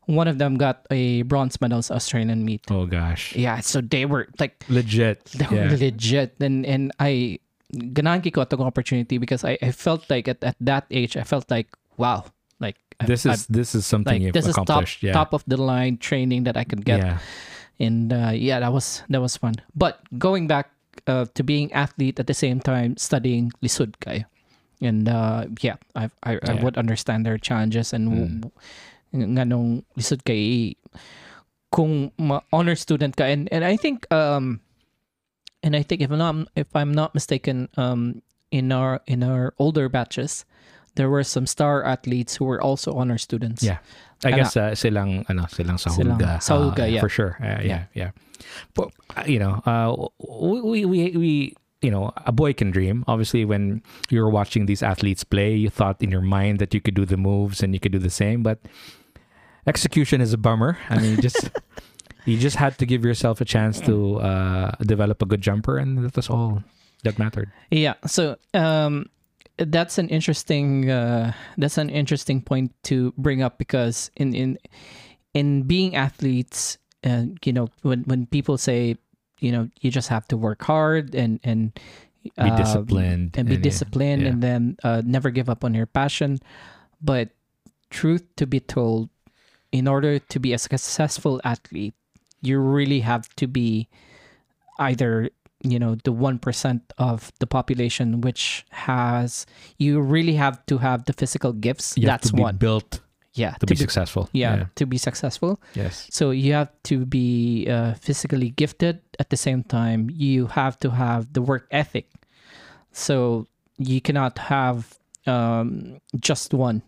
A: one of them got a bronze medal sa australian meet
B: oh gosh.
A: yeah so they were like
B: Legit.
A: they were
B: Yeah.
A: legit and and i ganahan ko itong opportunity because i i felt like at, at that age i felt like wow like I-
B: This
A: I-
B: is this is something
A: like
B: you've
A: this is top
B: accomplished. yeah.
A: top of the line training that i could get
B: Yeah.
A: and uh, yeah that was that was fun but going back uh, to being athlete at the same time studying lisud kayo and uh, yeah I, I, I
B: Yeah.
A: would understand their challenges and w- w- nga nung lisud kay kung ma- honor student ka and and I think um and I think if I'm not if I'm not mistaken um in our in our older batches there were some star athletes who were also honor students
B: Yeah. I
A: Ano?
B: guess uh, silang ano silang
A: Silang
B: sahuga.
A: sahuga,
B: uh,
A: yeah.
B: For sure. Uh, yeah, yeah. But uh, you know, uh, we, we we we you know, a boy can dream. Obviously, when you were watching these athletes play, you thought in your mind that you could do the moves and you could do the same, but execution is a bummer. I mean, just you just had to give yourself a chance to uh, develop a good jumper, and that was all that mattered.
A: Yeah. So um, that's an interesting uh, that's an interesting point to bring up because in in in being athletes, and you know when when people say you know you just have to work hard and and
B: Be
A: uh,
B: disciplined
A: and be
B: yeah.
A: disciplined
B: yeah.
A: and then uh, never give up on your passion, but truth to be told, in order to be a successful athlete, you really have to be either you know the 1% of the population which has you really have to have the physical gifts
B: You have
A: that's
B: to be
A: one
B: built
A: yeah
B: to, be, successful.
A: yeah, to be successful
B: Yes.
A: so you have to be uh, physically gifted at the same time you have to have the work ethic so you cannot have um, just one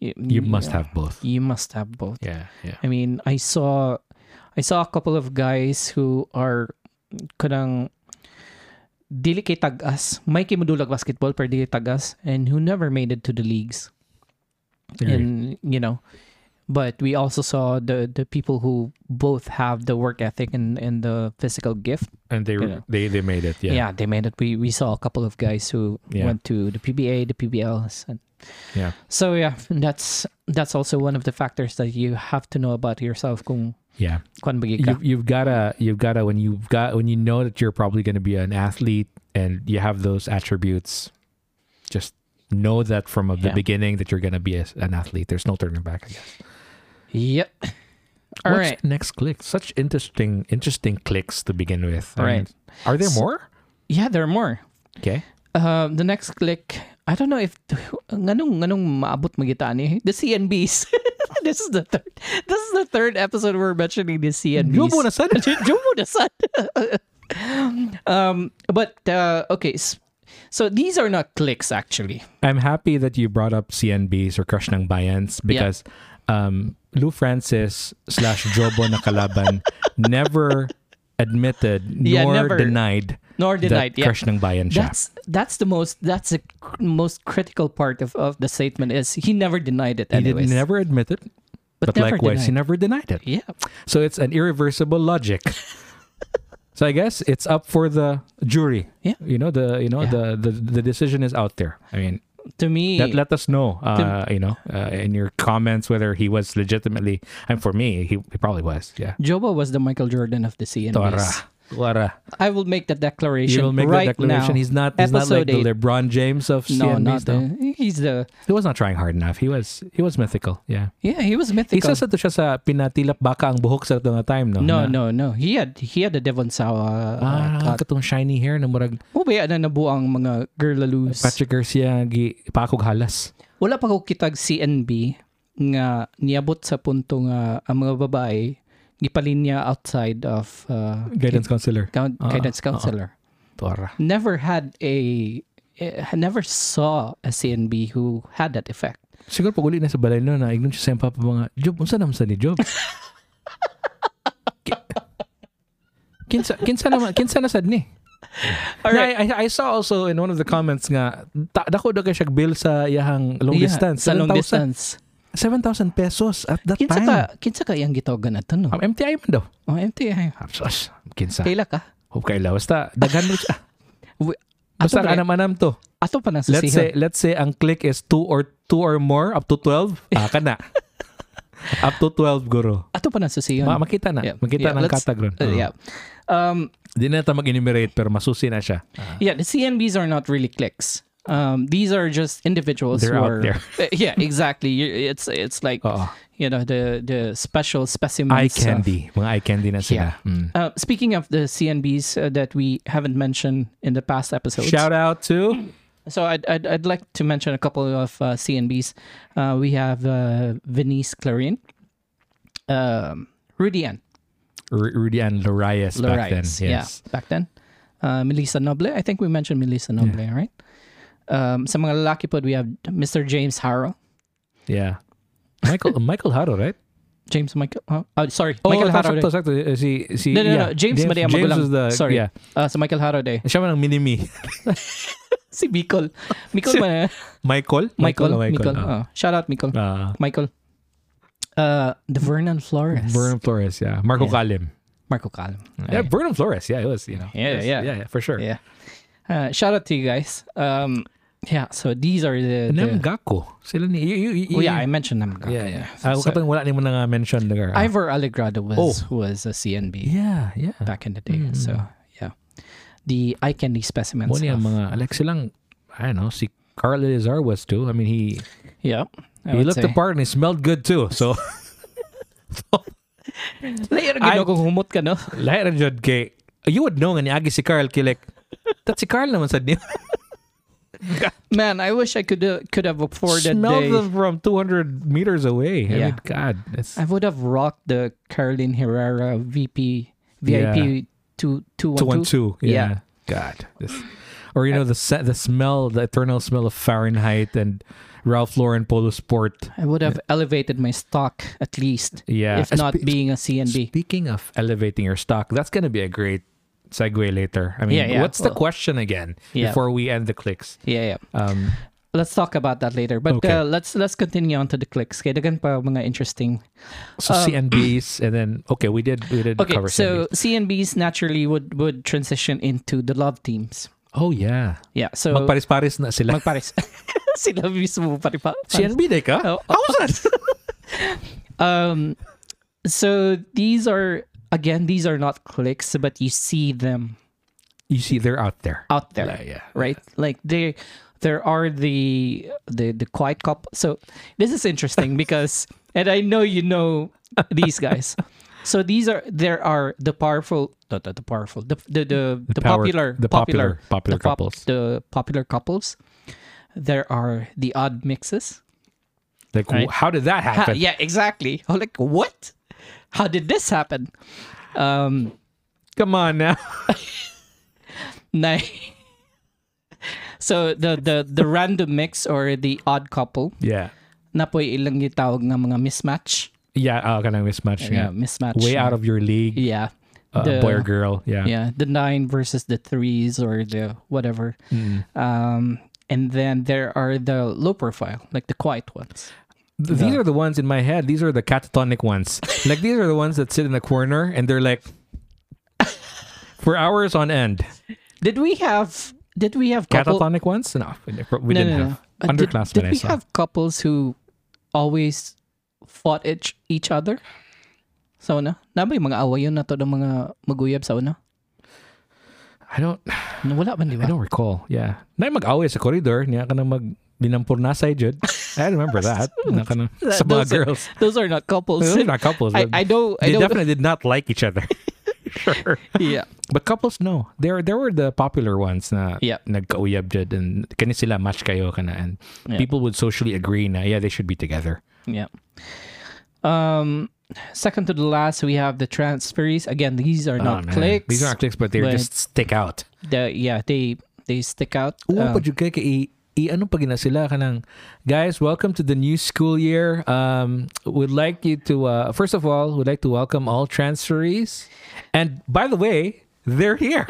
A: you,
B: You must have both.
A: you must have both
B: Yeah. Yeah.
A: I mean, I saw I saw a couple of guys who are kanang dili kay tagas, may kay modulag basketball pero dili tagas and who never made it to the leagues. And you know, but we also saw the the people who both have the work ethic and and the physical gift.
B: and they
A: Yeah.
B: they they made it. Yeah.
A: Yeah, they made it. We we saw a couple of guys who
B: Yeah.
A: went to the PBA, the PBLs and
B: Yeah.
A: so yeah, that's that's also one of the factors that you have to know about yourself kung
B: Yeah.
A: kwan ba gyud ka.
B: You, you've gotta you've gotta when you've got when you know that you're probably gonna be an athlete and you have those attributes, just know that from the
A: Yeah.
B: beginning that you're gonna be a, an athlete. There's no turning back. I guess.
A: Yep. All
B: What's
A: right.
B: Next click. Such interesting interesting clicks to begin with. I mean,
A: Right.
B: are there
A: S-
B: more?
A: Yeah, there are more.
B: Okay.
A: Uh, the next click, I don't know if nganong nganong maabot magita ni the CNBs. this is the third. This is the third episode we're mentioning the CNBs.
B: Jobo na sana.
A: Jumbo na sad. um, but uh, okay, s- so these are not clicks actually.
B: I'm happy that you brought up CNBs or Crush ng Bayans because um, Lou Francis slash Jobo Nakalaban never admitted
A: Yeah,
B: nor
A: never.
B: denied
A: Nor denied.
B: that
A: Yeah.
B: Crush ng Bayan siya.
A: That's that's the most that's the cr- most critical part of, of the statement is he never denied it.
B: He did,
A: Anyways.
B: never admit it, but,
A: never
B: likewise, he
A: denied.
B: never denied it.
A: Yeah.
B: So it's an irreversible logic. so I guess it's up for the jury.
A: Yeah.
B: You know, the you know
A: Yeah.
B: the, the the decision is out there. I mean,
A: To me,
B: let, let us know uh, you know uh, in your comments whether he was legitimately and for me he, he probably was yeah
A: Jobo was the Michael Jordan of the CNBs.
B: Tora. Tora.
A: I will make that declaration
B: You will make
A: right
B: that declaration.
A: now.
B: He's not. He's not
A: Episode
B: like the
A: eight.
B: LeBron James of
A: No,
B: CNBs.
A: not
B: though.
A: the, he's the
B: He was not trying hard enough. He was. He was mythical. Yeah.
A: yeah. He was mythical.
B: Isa sa to siya sa pinatilap baka ang buhok sa ito na time, no?
A: no,
B: Na,
A: no, no. He had he had the Devon Sawa.
B: Ah,
A: Uh, Oh,
B: uh, katong shiny hair na murag
A: mo ba yan na nabuang mga girlaloos?
B: Patrick Garcia gi pakog halas.
A: Wala pa ko kitag CNB nga niabot sa punto nga ang mga babae gipalin niya outside of uh,
B: Guidance counselor.
A: coun-
B: Ah,
A: guidance
B: ah, ah.
A: counselor.
B: Tora.
A: Never had a eh, never saw a CNB who had that effect.
B: Siguro pag uli na sa balay no, na ignon siya sa papa mga, Job, unsa naman sa ni Job? Ki- kinsa kinsa naman kinsa na sad ni
A: All right.
B: Na, I, I saw also in one of the comments nga ta, dako daw kay siya bill sa iyahang long
A: Yeah,
B: distance
A: sa long
B: 7,000
A: distance.
B: 7,000 pesos at that
A: Kinsa
B: time
A: ka, kinsa ka yung gitawagan na to, no?
B: Ang MTI man daw
A: Oh, MTI.
B: Ah, sus, kinsa
A: Kaila ka?
B: hope kay basta daghan mo siya.
A: Wi- Ato
B: basta
A: ba-
B: kanam anam to
A: Ato pa nang
B: let's
A: sisihan.
B: say let's say ang click is 2 or 2 or more up to 12 ah kana up to 12 guro
A: Ato pa nang sisihan.
B: Ma- Mm. makita na.
A: Yeah. Yeah,
B: Makita na ang
A: let's-
B: katag ron.
A: Uh, yeah. Um,
B: Di na natin mag-enumerate pero masusi na siya.
A: yeah, the CNBs are not really clicks. Um, these are just individuals
B: They're
A: who
B: out
A: are
B: there.
A: Uh,
B: Oh.
A: yeah, exactly. You- It's it's like
B: Oo.
A: you know the the special specimens.
B: Eye
A: of-
B: candy. Mga eye candy na sila. Mm.
A: Uh, speaking of the CNBs uh, that we haven't mentioned in the past episodes,
B: Shout out to
A: so I'd, I'd I'd like to mention a couple of uh, CNBs. Uh, we have uh, Venice Clarin, um, Rudy Ann,
B: Ru- Rudy and Lorias back then.
A: Lorites,
B: Yes.
A: Yeah, back then. Uh, Melissa Noble. I think we mentioned Melissa Noble, right? Um, sa mga lalaki pod, we have Mr. James Harrow.
B: Yeah. Michael Michael Haro, right?
A: James Michael. Oh, oh, sorry. Michael Harrow.
B: Sakto,
A: Day.
B: sakto. Eh, Si, si,
A: No, no,
B: yeah.
A: no. James, Maria
B: James
A: Magulang.
B: was the,
A: sorry.
B: Yeah.
A: Uh, sa Michael Harrow Day.
B: Siya man ang mini-me.
A: Si Bicol. Mikol ba?
B: Michael?
A: Michael. Michael.
B: oh, Michael.
A: Oh, shout out, Mikol.
B: Oh. Ah,
A: Michael. Uh, the Vernon Flores.
B: Vernon Flores, yeah. Marco
A: Yeah.
B: Kalim.
A: Marco Calm.
B: Yeah, Vernon Flores. Yeah, it was, you know.
A: Yeah,
B: yes,
A: yeah.
B: Yeah, yeah, for sure.
A: Yeah. Uh, shout out to you guys. Um, yeah, so these are the...
B: Nam
A: the
B: Gako. Sila ni... you- you- you-
A: oh, yeah, I mentioned Namga.
B: Yeah, yeah. Ah,
A: So-
B: katong wala ni mo na nga mention there. Ah.
A: Ivor Allegrado was was a CNB
B: Yeah, Oh. yeah. Hmm.
A: back in the day. So yeah, the eye candy specimens.
B: Mo niya
A: of-
B: mga like silang I don't know si Carl Lazar was too. I mean he
A: Yeah. I
B: he
A: would say.
B: looked the part and he smelled good too. So
A: Later,
B: I-
A: ginoo kung humot ka, no?
B: lahat ng jud kay you would know nga niagi si Carl kilik. That si Carl naman sad niya.
A: Man, I wish I could uh, could have afforded
B: Smelled
A: the-
B: them from 200 meters away. I
A: Yeah.
B: mean, God, it's
A: I would have rocked the Carlin Herrera VP VIP two two one two.
B: two one two. Yeah.
A: Yeah.
B: God. This, or you know the se- the smell, the eternal smell of Fahrenheit and Ralph Lauren Polo Sport.
A: I would have elevated my stock at least,
B: Yeah.
A: if not
B: Spe-
A: being a CNB.
B: Speaking of elevating your stock, that's gonna be a great segue later. I mean,
A: Yeah, yeah.
B: what's the
A: Well-
B: question again
A: Yeah.
B: before we end the clicks?
A: Yeah, yeah.
B: Um,
A: Let's talk about that later. But
B: Okay.
A: uh, let's let's continue on to the clicks. Kaya dagan pa mga interesting
B: so CNBs and then okay, we did we did
A: Um, Okay,
B: cover
A: so CNBs
B: CNBs.
A: naturally would would transition into the love teams.
B: Oh yeah,
A: Yeah, so
B: magparis-paris na sila.
A: magpares. Sila mismo pari pa.
B: CNB day ka?
A: Oh, Um, so these are again, these are not clicks, but you see them
B: You see, they're out there.
A: out there,
B: Yeah, yeah.
A: right? Like they, there are the the the quiet couple. So this is interesting because, and I know you know these guys. So these are there are the powerful, the the, the powerful, the the the, the,
B: power-
A: popular,
B: the popular- popular
A: the pop-
B: couples.
A: the popular couples. There are the odd mixes.
B: Like,
A: Right.
B: wh- how did that
A: Ha,
B: happen?
A: yeah, exactly. I'm like, what? How did this happen? Um,
B: Come on now.
A: nah. so the the the random mix or the odd couple
B: Yeah.
A: na po ilang gitawag ng mga mismatch.
B: Yeah, uh, kind of mismatch.
A: Yeah,
B: Yeah.
A: mismatch.
B: Way out of your league,
A: Yeah.
B: uh,
A: the-
B: boy or girl. Yeah.
A: Yeah, the nine versus the threes or the whatever.
B: Mm-hmm.
A: Um, and then there are the low profile, like the quiet ones.
B: Th- These are the ones in my head. These are the catatonic ones. like these are the ones that sit in the corner and they're like for hours on end.
A: Did we have? Did we have couple?
B: Catatonic ones? No, we ne- we didn't have.
A: Uh, did-
B: Underclassmen.
A: Did,
B: I
A: we
B: saw.
A: have couples who always fought each, each other sa una? Na ba yung mga away yun na to ng mga maguyab sa una?
B: I don't.
A: No, Wala man, di
B: I
A: ba?
B: don't recall. Yeah. Na mag-away sa corridor, niya ka na mag dinampurnasay jud. I remember that. Niya ka na,
A: That-
B: sa mga
A: those are-
B: girls.
A: Those are not couples.
B: Those are not couples.
A: I,
B: but
A: I know. I
B: they
A: know.
B: definitely did not like each other. sure.
A: yeah.
B: But couples, no. There there were the popular ones na
A: Yeah.
B: nagkauyab jud and kani sila match kayo kana and
A: Yeah.
B: people would socially agree na yeah, they should be together.
A: Yeah. Um, second to the last, we have the transferees. Again, these are
B: Oh,
A: not
B: man.
A: clicks.
B: These aren't clicks, but they are
A: but-
B: just stick out.
A: The, yeah, they they stick out.
B: Uwa
A: Um,
B: pa jud kay kay i- i ano pa gina sila kanang guys welcome to the new school year um would like you to uh first of all would like to welcome all transferees and by the way they're here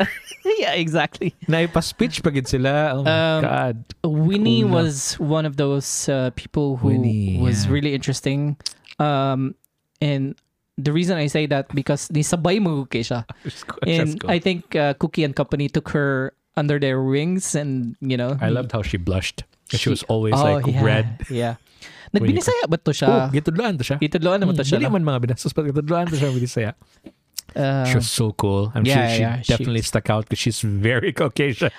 A: yeah, exactly.
B: naipa speech pa gid sila oh my
A: Um,
B: god
A: Winnie
B: Una.
A: was one of those uh, people who
B: Winnie,
A: was
B: yeah.
A: really interesting. Um, and the reason I say that because ni sabay maguki siya. And I think uh, Cookie and Company took her under their wings and you know.
B: I loved how she blushed she,
A: Mm. She-
B: was always
A: Oh,
B: like
A: yeah,
B: red
A: Yeah.
B: Winnie Co-
A: Nagbinisaya ba to
B: oh
A: siya?
B: gitudloan to siya
A: Itudloan naman to siya.
B: Hindi
A: no?
B: man mga binastos, but gitudloan to siya with saya.
A: Uh,
B: She was so cool. I'm
A: Yeah,
B: sure she
A: yeah, she-
B: definitely stuck out because she's very Caucasian.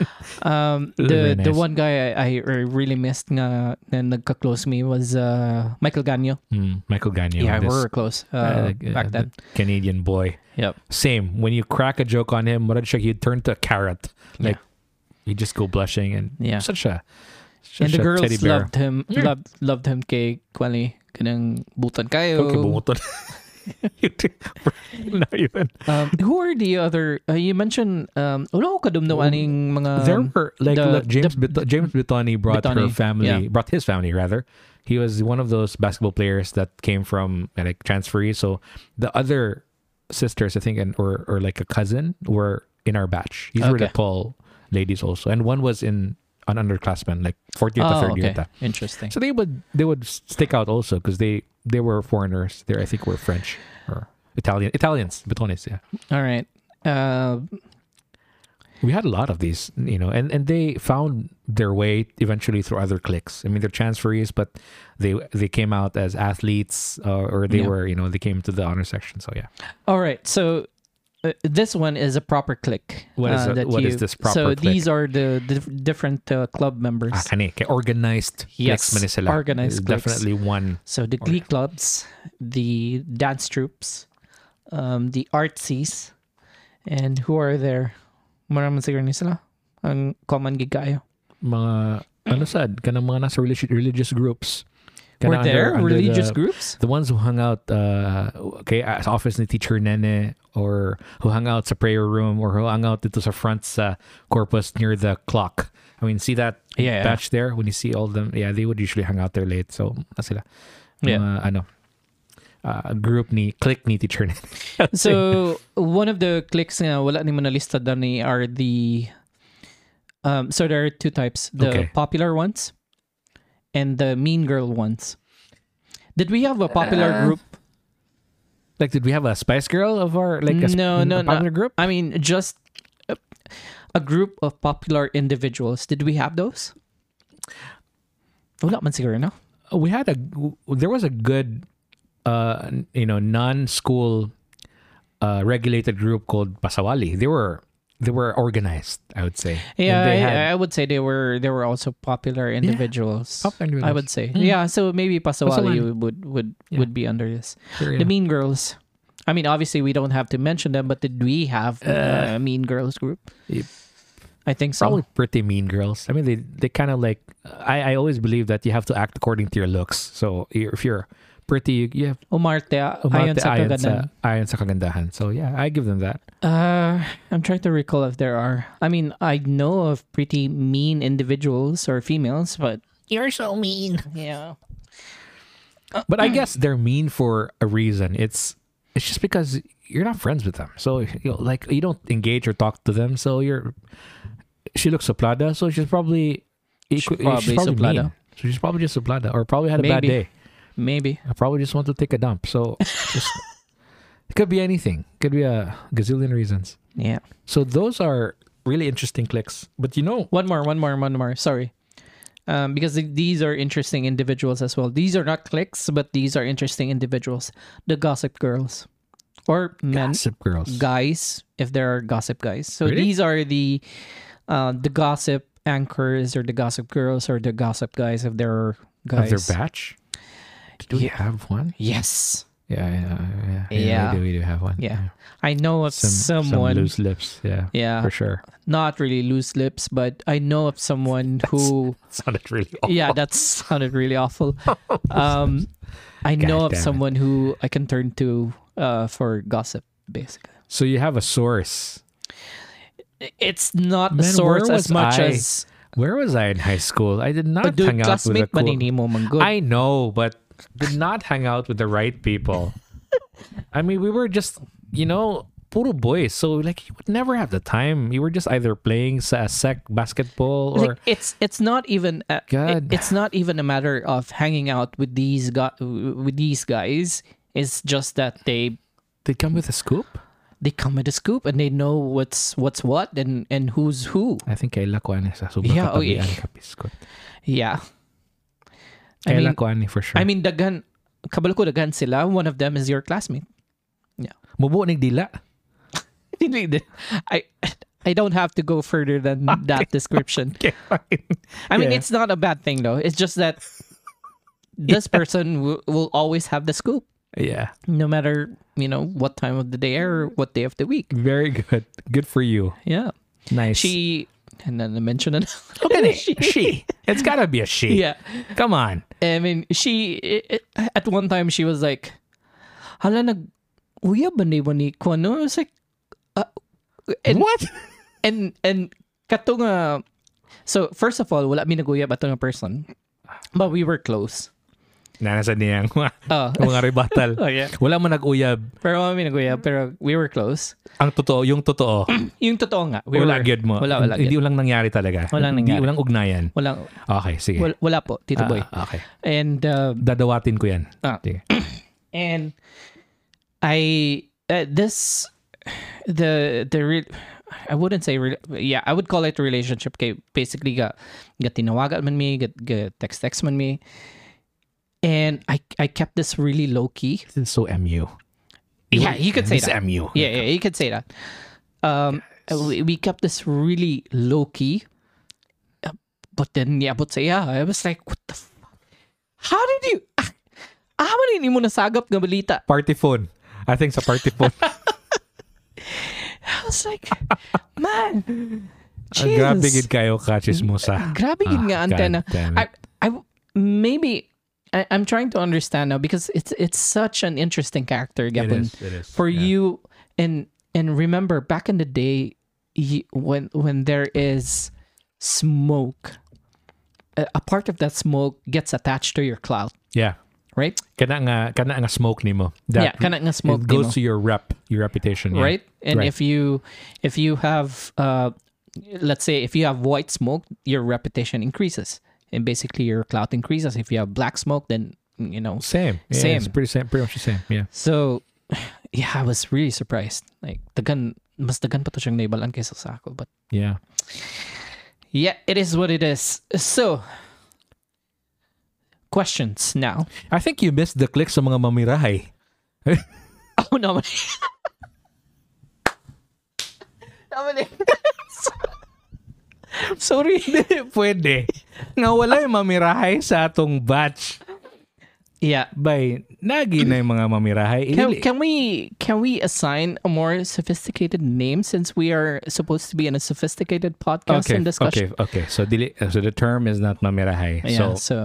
A: um, the
B: Very
A: the
B: nice.
A: one guy I, I really missed nga na nagka-close me was uh, Michael Gagno.
B: Mm, Michael Gagne.
A: Yeah, we
B: this-
A: were close uh,
B: uh, uh,
A: back then.
B: Canadian boy.
A: Yep.
B: Same. When you crack a joke on him, Murad he'd turn to a carrot. Like he'd just go blushing and
A: Yeah.
B: such a such
A: And the
B: a
A: girls
B: teddy bear.
A: loved him.
B: Yeah.
A: Loved loved him kay Kwani. Kanang butan kayo.
B: Okay, bumuton. You do- Not even.
A: Um, who are the other? Uh, you mentioned um wala ko kadumdum aning mga Oh,
B: there were like
A: Um, the-
B: look, James Bit- James Bitoni brought her
A: Bitoni,
B: family,
A: yeah.
B: brought his family rather. He was one of those basketball players that came from uh, like transferees. So the other sisters, I think, and or or like a cousin, were in our batch. These were the
A: Okay.
B: tall ladies also, and one was in an underclassman, like 40th
A: Oh,
B: or
A: okay.
B: 30th.
A: Interesting.
B: So they would they would stick out also because they they were foreigners. They I think were French or Italian Italians, Bitonis, yeah.
A: All right. Uh,
B: We had a lot of these, you know, and, and they found their way eventually through other clicks. I mean, they're transferees, but they they came out as athletes uh, or they
A: Yeah.
B: were, you know, they came to the honor section. So yeah,
A: all right. So uh, this one is a proper click.
B: What is
A: uh,
B: a-
A: that
B: what
A: you,
B: is this proper
A: So
B: click?
A: these are the dif- different uh, club members.
B: Ah, kani, kay organized
A: Yes,
B: clicks man sila.
A: organized
B: It's
A: clicks.
B: Definitely one.
A: So the glee clubs, the dance troops, um, the artsies, and who are there? Maraming siguro ni sila. Ang common gig kayo.
B: Mga, ano sad, kanang mga nasa religi- religious groups.
A: Were
B: Kanang
A: there
B: under- under
A: religious
B: the-
A: groups?
B: The ones who hung out uh, kay, uh, sa office ni Teacher Nene or who hung out sa prayer room or who hung out dito sa front sa corpus near the clock. I mean, see that
A: Yeah.
B: batch there? When you see all of them, yeah, they would usually hang out there late. So, na sila.
A: Yeah.
B: Mga, ano, uh, group ni, click ni Teacher Nene.
A: So one of the clicks na wala ni manalista dani are the um, so there are two types: the
B: Okay.
A: popular ones and the mean girl ones. Did we have a popular group?
B: Like, did we have a Spice Girl of our like a, sp-
A: No, no,
B: a popular group?
A: I mean, just a, a group of popular individuals. Did we have those? Wala man siguro, no?
B: We had a there was a good, uh, you know, non-school, uh, regulated group called Pasawali. They were they were organized. I would say. And
A: Yeah,
B: they
A: I,
B: had-
A: I would say they were they were also popular individuals.
B: Popular
A: I
B: individuals. Hmm.
A: would say, yeah. So maybe Pasawali
B: Pasawali.
A: would would
B: Yeah.
A: would be under this.
B: Sure, yeah.
A: The Mean Girls. I mean, obviously, we don't have to mention them, but did we have uh, a Mean Girls group?
B: Yeah.
A: I think so.
B: probably pretty mean girls. I mean, they they kind of like I I always believe that you have to act according to your looks. So you're- if you're pretty, you, you have
A: Umarte, ayon
B: umarte
A: sa
B: ayon sa
A: kaganan.
B: ayon sa kagandahan. So yeah, I give them that.
A: Uh, I'm trying to recall if there are. I mean, I know of pretty mean individuals or females, but
B: You're so mean.
A: yeah.
B: But
A: Mm.
B: I guess they're mean for a reason. It's it's just because you're not friends with them. So you know, like you don't engage or talk to them. So you're she looks suplada, so she's probably equi-
A: probably
B: she's probably
A: suplada.
B: mean. So she's probably just suplada or probably had a bad
A: Maybe.
B: day.
A: Maybe.
B: I probably just want to take a dump. So just it could be anything. Could be a gazillion reasons.
A: Yeah.
B: So those are really interesting clicks. But you know,
A: One more, one more, one more. Sorry. Um, because th- these are interesting individuals as well. These are not cliques, but these are interesting individuals. The Gossip Girls. Or men.
B: gossip girls.
A: guys if there are gossip guys so
B: Really?
A: these are the uh the gossip anchors or the gossip girls or the gossip guys if there are
B: of
A: guys
B: their batch. Do we
A: Yeah.
B: have one?
A: yes
B: Yeah, yeah, yeah.
A: Yeah.
B: We, do, we do have one.
A: yeah i know of
B: Some,
A: someone
B: some loose lips. Yeah,
A: yeah
B: for sure.
A: not really loose lips but i know of someone who
B: Sounded really awful.
A: yeah that sounded really awful um i
B: God
A: know of
B: damn it.
A: someone who i can turn to uh for gossip basically
B: So you have a source.
A: it's not a
B: Man, where
A: source as
B: was
A: much
B: I?
A: as
B: Where was I in high school? I did not
A: but dude
B: hang out with
A: classmate
B: a cool.
A: manini mo man good.
B: I know, but did not hang out with the right people. I mean, we were just, you know, puro boys. So like, you would never have the time. You were just either playing sa sec basketball
A: like
B: or
A: it's it's not even a,
B: God.
A: it- it's not even a matter of hanging out with these guys with these guys it's just that they
B: they come with a scoop.
A: they come with a scoop and they know what's what's what and and who's who
B: I think kay Lakuan is a super
A: Yeah, oh,
B: katabian
A: yeah.
B: ka biskot.
A: yeah i
B: Kay
A: mean
B: Lakuan eh, for sure.
A: i mean dagan kabalo ko dagan sila one of them is your classmate
B: Mubo ning dila.
A: i i don't have to go further than that description
B: Okay, fine.
A: I mean,
B: Yeah.
A: it's not a bad thing though. It's just that this person w- will always have the scoop,
B: Yeah.
A: no matter you know what time of the day or what day of the week.
B: Very good. Good for you.
A: Yeah,
B: Nice.
A: she and then I mentioned it.
B: Look at it. She. It's gotta be a she.
A: Yeah,
B: Come on.
A: I mean, she i i at one time she was like, "Hala nag uya ba ni ni ko ano?" I was like, uh, and,
B: what?
A: and and kato nga so first of all, wala mi naguyab ato nga person, but we were close.
B: Nanasa niyang mga
A: Oh.
B: mga rebatal.
A: Oh, yeah.
B: Wala man nag-uyab.
A: Pero wala mi naguyab, pero we were close.
B: Ang totoo, yung totoo.
A: Yung totoo nga. we
B: wala
A: were-
B: gyud mo.
A: Wala, wala
B: Hindi
A: gyud.
B: walang nangyari talaga.
A: Walang nangyari.
B: Hindi walang ugnayan.
A: Wala,
B: Okay, sige.
A: wala, wala po, Tito
B: Ah,
A: Boy.
B: okay.
A: And, uh,
B: Dadawatin ko yan.
A: Ah.
B: Sige.
A: and I, uh, this, the, the, re- I wouldn't say, re- yeah, I would call it a relationship. Kay basically, ga, ga tinawagan man me, ga, ga text text man me. And I, I kept this really low key.
B: This is so MU.
A: Yeah, you could say
B: Miss
A: that.
B: MU.
A: Yeah, yeah, you could say that. Um, we, we kept this really low key, Uh, but then yeah, but yeah, I was like, what the? F- How did you? Ah, how many hindi mo nasagap ng balita?
B: Party phone. I think sa party phone.
A: I was like, man,
B: Ang
A: Jesus.
B: Grabe gid kayo kachismosa.
A: Grabe yun
B: Ah,
A: nga antenna.
B: God damn
A: I, I, maybe I, I'm trying to understand now because it's it's such an interesting character,
B: It
A: Gapon.
B: is, it is.
A: For
B: Yeah.
A: you and and remember back in the day, you, when when there is smoke, a, a part of that smoke gets attached to your cloud,
B: Yeah.
A: right?
B: Kana nga kana nga smoke nimo.
A: yeah, kana nga smoke
B: It goes
A: nimo.
B: to your rep, your reputation. yeah.
A: right? And
B: Right.
A: if you if you have uh, let's say if you have white smoke, your reputation increases, and basically your clout increases. If you have black smoke, then you know.
B: Same. Yeah,
A: Same.
B: It's pretty same. Pretty much the same. Yeah.
A: So yeah, I was really surprised. Like the gun, mas the gun pa to siyang naibalan kaysa sa ako. But
B: Yeah.
A: yeah, it is what it is. So questions now.
B: I think you missed the click sa mga mamirahay.
A: Oh no. Dominic. Sorry.
B: Pwede. Nawala yung mamirahay sa atong batch.
A: Yeah.
B: By nagi na yung mga mamirahay.
A: Can,
B: Inili.
A: can we can we assign a more sophisticated name since we are supposed to be in a sophisticated podcast
B: okay.
A: and discussion?
B: Okay. Okay. So dili, uh, so the term is not mamirahay.
A: Yeah,
B: So
A: so,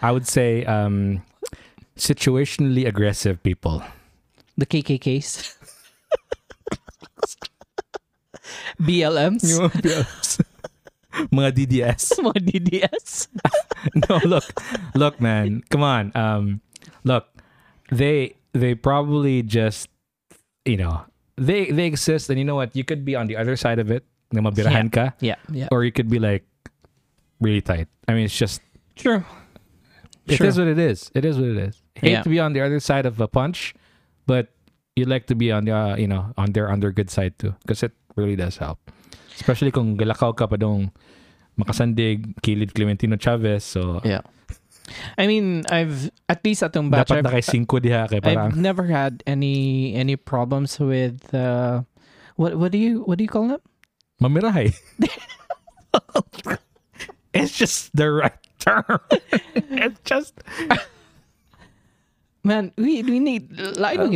B: I would say um situationally aggressive people.
A: the KKKs, BLMs,
B: Yung mga DDS.
A: mga DDS.
B: no, look, look, man, come on. Um, look, they they probably just you know they they exist, and you know what? You could be on the other side of it, na mabirahan ka,
A: Yeah, yeah.
B: or you could be like really tight. I mean, it's just
A: Sure.
B: it
A: Sure.
B: is what it is. It is what it is.
A: Yeah.
B: Hate to be on the other side of a punch, but you'd like to be on the uh, you know on their on their good side too, because it really does help. Especially kung galakaw ka pa dong makasandig kilid Clementino Chavez, so
A: Yeah. I mean, I've at least at Umbatch,
B: dapat na
A: I've,
B: kay singko diha kay parang
A: I've never had any any problems with uh, what what do you what do you call them?
B: mamirahay. it's just the right term. it's just
A: Man, we we need like uh,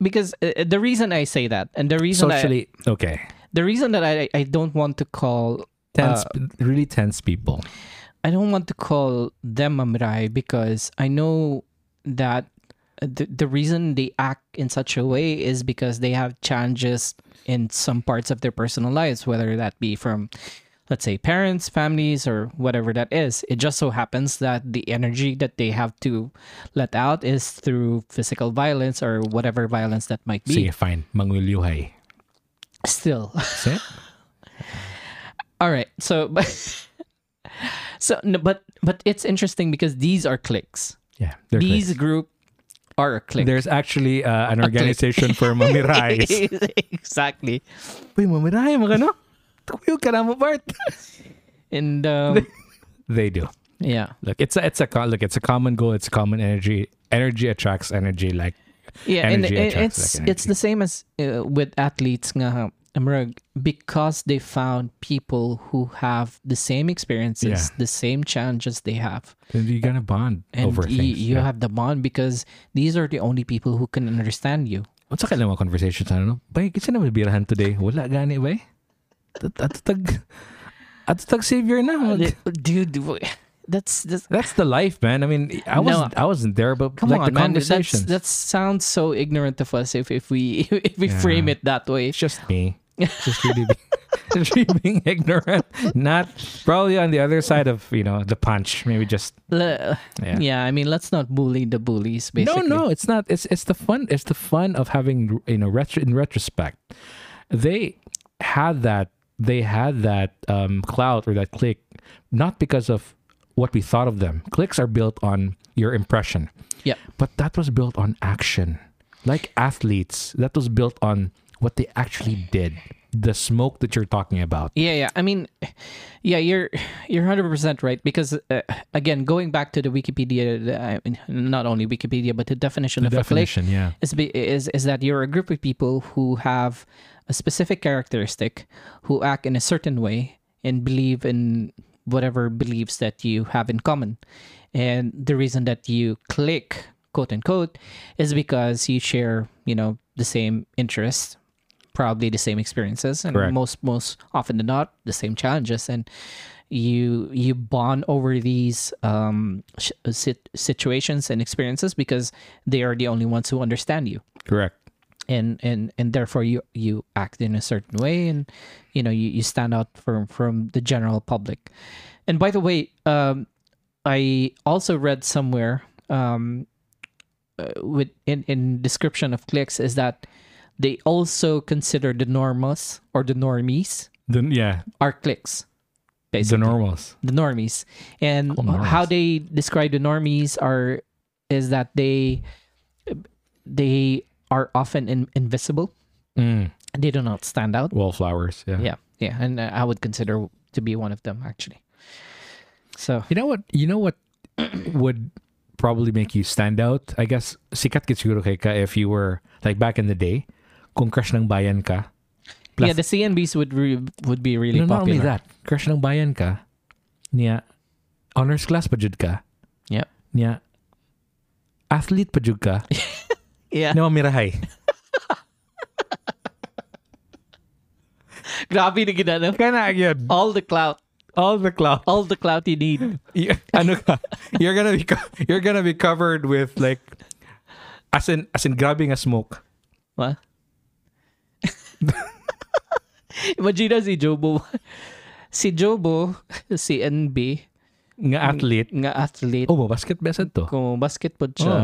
A: because uh, the reason I say that and the reason I,
B: socially okay.
A: the reason that I I don't want to call uh,
B: Tense, really tense people.
A: I don't want to call them Amrai because I know that the the reason they act in such a way is because they have challenges in some parts of their personal lives, whether that be from let's say parents, families, or whatever that is. It just so happens that the energy that they have to let out is through physical violence or whatever violence that might be.
B: Sige, fine. Mangulyuhay.
A: Still.
B: See?
A: All right. So but so no, but but it's interesting because these are clicks.
B: Yeah. they're
A: These
B: clicks.
A: group are a clique.
B: There's actually uh, an organization for mamirays.
A: exactly.
B: Uy, mamirahay mo ka, no? Tuyo ka na mo, Bart.
A: And um,
B: They do.
A: yeah.
B: Look, it's a, it's a co- look, it's a common goal. It's common energy. Energy attracts energy. Like
A: Yeah, and,
B: Energy
A: and
B: attracts
A: it's
B: like energy.
A: it's the same as uh, with athletes nga Amrag, because they found people who have the same experiences,
B: Yeah.
A: the same challenges they have.
B: you're gonna bond
A: And
B: over
A: y-
B: things.
A: you
B: yeah.
A: have the bond because these are the only people who can understand you.
B: What's sa kailang mga conversations ano no? Bay, kitsa na may birahan today. Wala gani bay. At- Atutag atutag savior na. Mag-
A: Oh, Dude, w- that's, that's
B: That's the life, man. I mean, I was not I wasn't there, but
A: Come
B: like
A: on,
B: the
A: man. That's,
B: conversations.
A: that sounds so ignorant of us if, if we if we
B: Yeah.
A: frame it that way.
B: it's just me. It's just really being, just really being ignorant. Not probably on the other side of you know the punch. Maybe just
A: Le- yeah.
B: Yeah.
A: I mean, let's not bully the bullies. Basically,
B: No, no, it's not. It's it's the fun. It's the fun of having you know retro, in retrospect. They had that. They had that um, clout or that click, not because of what we thought of them. Clicks are built on your impression,
A: Yeah,
B: but that was built on action. Like athletes, that was built on what they actually did. The smoke that you're talking about.
A: yeah, yeah. I mean, Yeah, you're you're 100% right because uh, again, going back to the Wikipedia, the- I mean, not only Wikipedia but the
C: The
A: definition of a clique
C: definition, yeah.
A: is, be- is is that you're a group of people who have a specific characteristic, who act in a certain way and believe in whatever beliefs that you have in common. And the reason that you click quote unquote is because you share, you know, the same interests, probably the same experiences, and
B: Correct.
A: most most often than not, the same challenges. And you you bond over these um, sh- sit- situations and experiences because they are the only ones who understand you
B: Correct.
A: and and and therefore you you act in a certain way and you know you, you stand out from from the general public and by the way um i also read somewhere um uh, with in in description of clicks is that they also consider the normas or the normies
C: The, yeah,
A: are clicks
B: The
A: basically
B: normals.
A: the normies and
B: Oh, normies.
A: how they describe the normies are is that they they are often in, invisible
B: Mm.
A: they do not stand out
B: Wallflowers. Yeah.
A: yeah yeah and uh, i would consider to be one of them actually so
B: You know what? You know what would probably make you stand out? I guess sikat ka siguro kay ka if you were like back in the day, kung crush ng bayan ka. Plus-
A: yeah the cnbs would re- would be really
B: No, not only
A: popular
B: that, crush ng bayan ka, niya honors class pa jud ka,
A: yeah
B: niya athlete pa jud ka,
A: yeah
B: na mamirahay.
A: grabe na ginanap.
B: Kana yun.
A: all the clout
B: All the clout.
A: all the clout you need
B: Y- ano ka? You're gonna be co- you're gonna be covered with like as in as in grabbing a smoke.
A: What? Imagina si Jobo. Si Jobo, si NB,
B: Nga athlete.
A: nga athlete,
B: Oh, basket besed to.
A: kung basket po
B: Oh,
A: siya,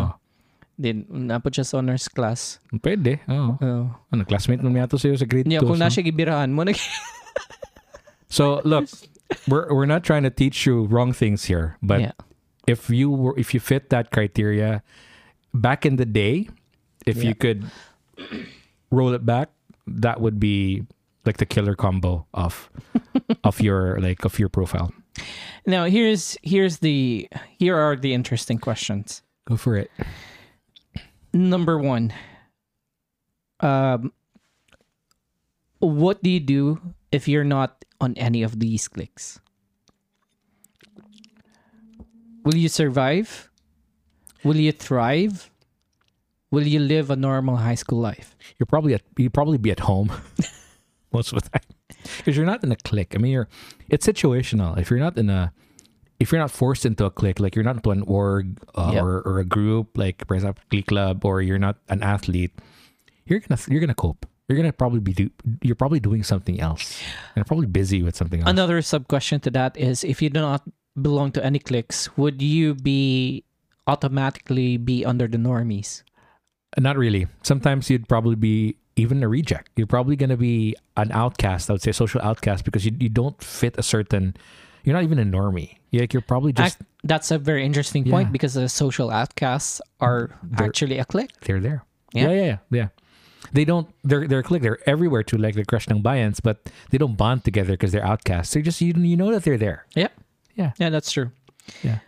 A: din, napo siya sa honors class.
B: pwede. Oh.
A: Oh.
B: Ano, classmate mo niya to sa'yo sa grade
A: Yeah,
B: 2.
A: kung
B: so.
A: nasa gibirahan mo, nag-
B: So, look, we're we're not trying to teach you wrong things here, but
A: Yeah.
B: if you were if you fit that criteria back in the day, if you could roll it back, that would be like the killer combo of of your like of your profile.
A: now here's here's the here are the interesting questions.
B: Go for it.
A: Number one, um, what do you do if you're not on any of these clicks? Will you survive? Will you thrive? Will you live a normal high school life?
B: You're probably at you probably be at home most of the time because you're not in a clique. I mean, you're it's situational. If you're not in a if you're not forced into a clique, like you're not into an org uh,
A: Yep.
B: or, or a group, like for example, clique club, or you're not an athlete, you're gonna you're gonna cope. You're gonna probably be do, you're probably doing something else. You're probably busy with something else.
A: Another sub question to that is if you do not belong to any cliques, would you be automatically be under the normies?
B: Not really. Sometimes you'd probably be even a reject. You're probably going to be an outcast. I would say social outcast because you, you don't fit a certain. You're not even a normie. You're like you're probably just
A: Act- that's a very interesting point
B: Yeah.
A: because the social outcasts are actually a clique.
B: they're there.
A: Yeah.
B: yeah, yeah, yeah. yeah. They don't. They're they're click. They're everywhere too, like the crush ng bayans, but they don't bond together because they're outcasts. They just you, you know that they're there.
A: Yeah.
B: Yeah.
A: Yeah, that's true.
B: Yeah.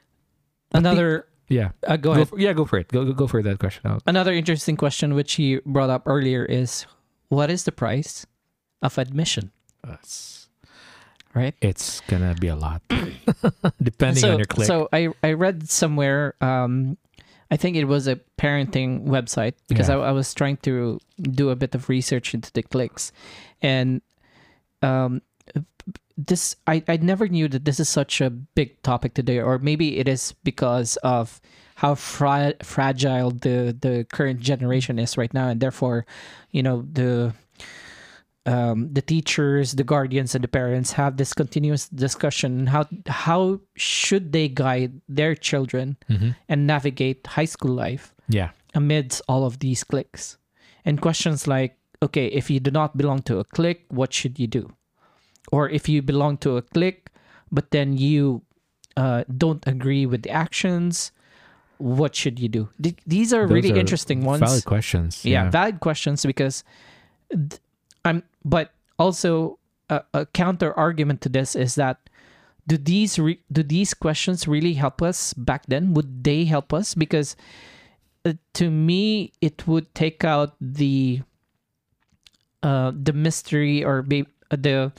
A: Another
B: Yeah.
A: uh, go
B: Go
A: ahead.
B: for, yeah, go for it. Go go, go for that question. out.
A: Another interesting question which he brought up earlier is what is the price of admission?
B: It's,
A: Right?
B: uh, it's gonna be a lot, depending
A: so,
B: on your click.
A: so I I read somewhere um I think it was a parenting website because
B: Yeah.
A: I, I was trying to do a bit of research into the clicks and um this I, I never knew that this is such a big topic today or maybe it is because of how fra- fragile the the current generation is right now and therefore you know the um, the teachers, the guardians, and the parents have this continuous discussion how how should they guide their children
B: Mm-hmm.
A: and navigate high school life
B: yeah.
A: amidst all of these cliques, and questions like, okay, if you do not belong to a clique, what should you do, or if you belong to a clique but then you uh, don't agree with the actions, what should you do? Th- these are
B: Those
A: really
B: are
A: interesting ones
B: Valid questions.
A: yeah, valid questions because th- i'm but also a, a counter argument to this is that do these re- do these questions really help us back then? Would they help us? Because uh, to me, it would take out the uh, the mystery or be- uh, the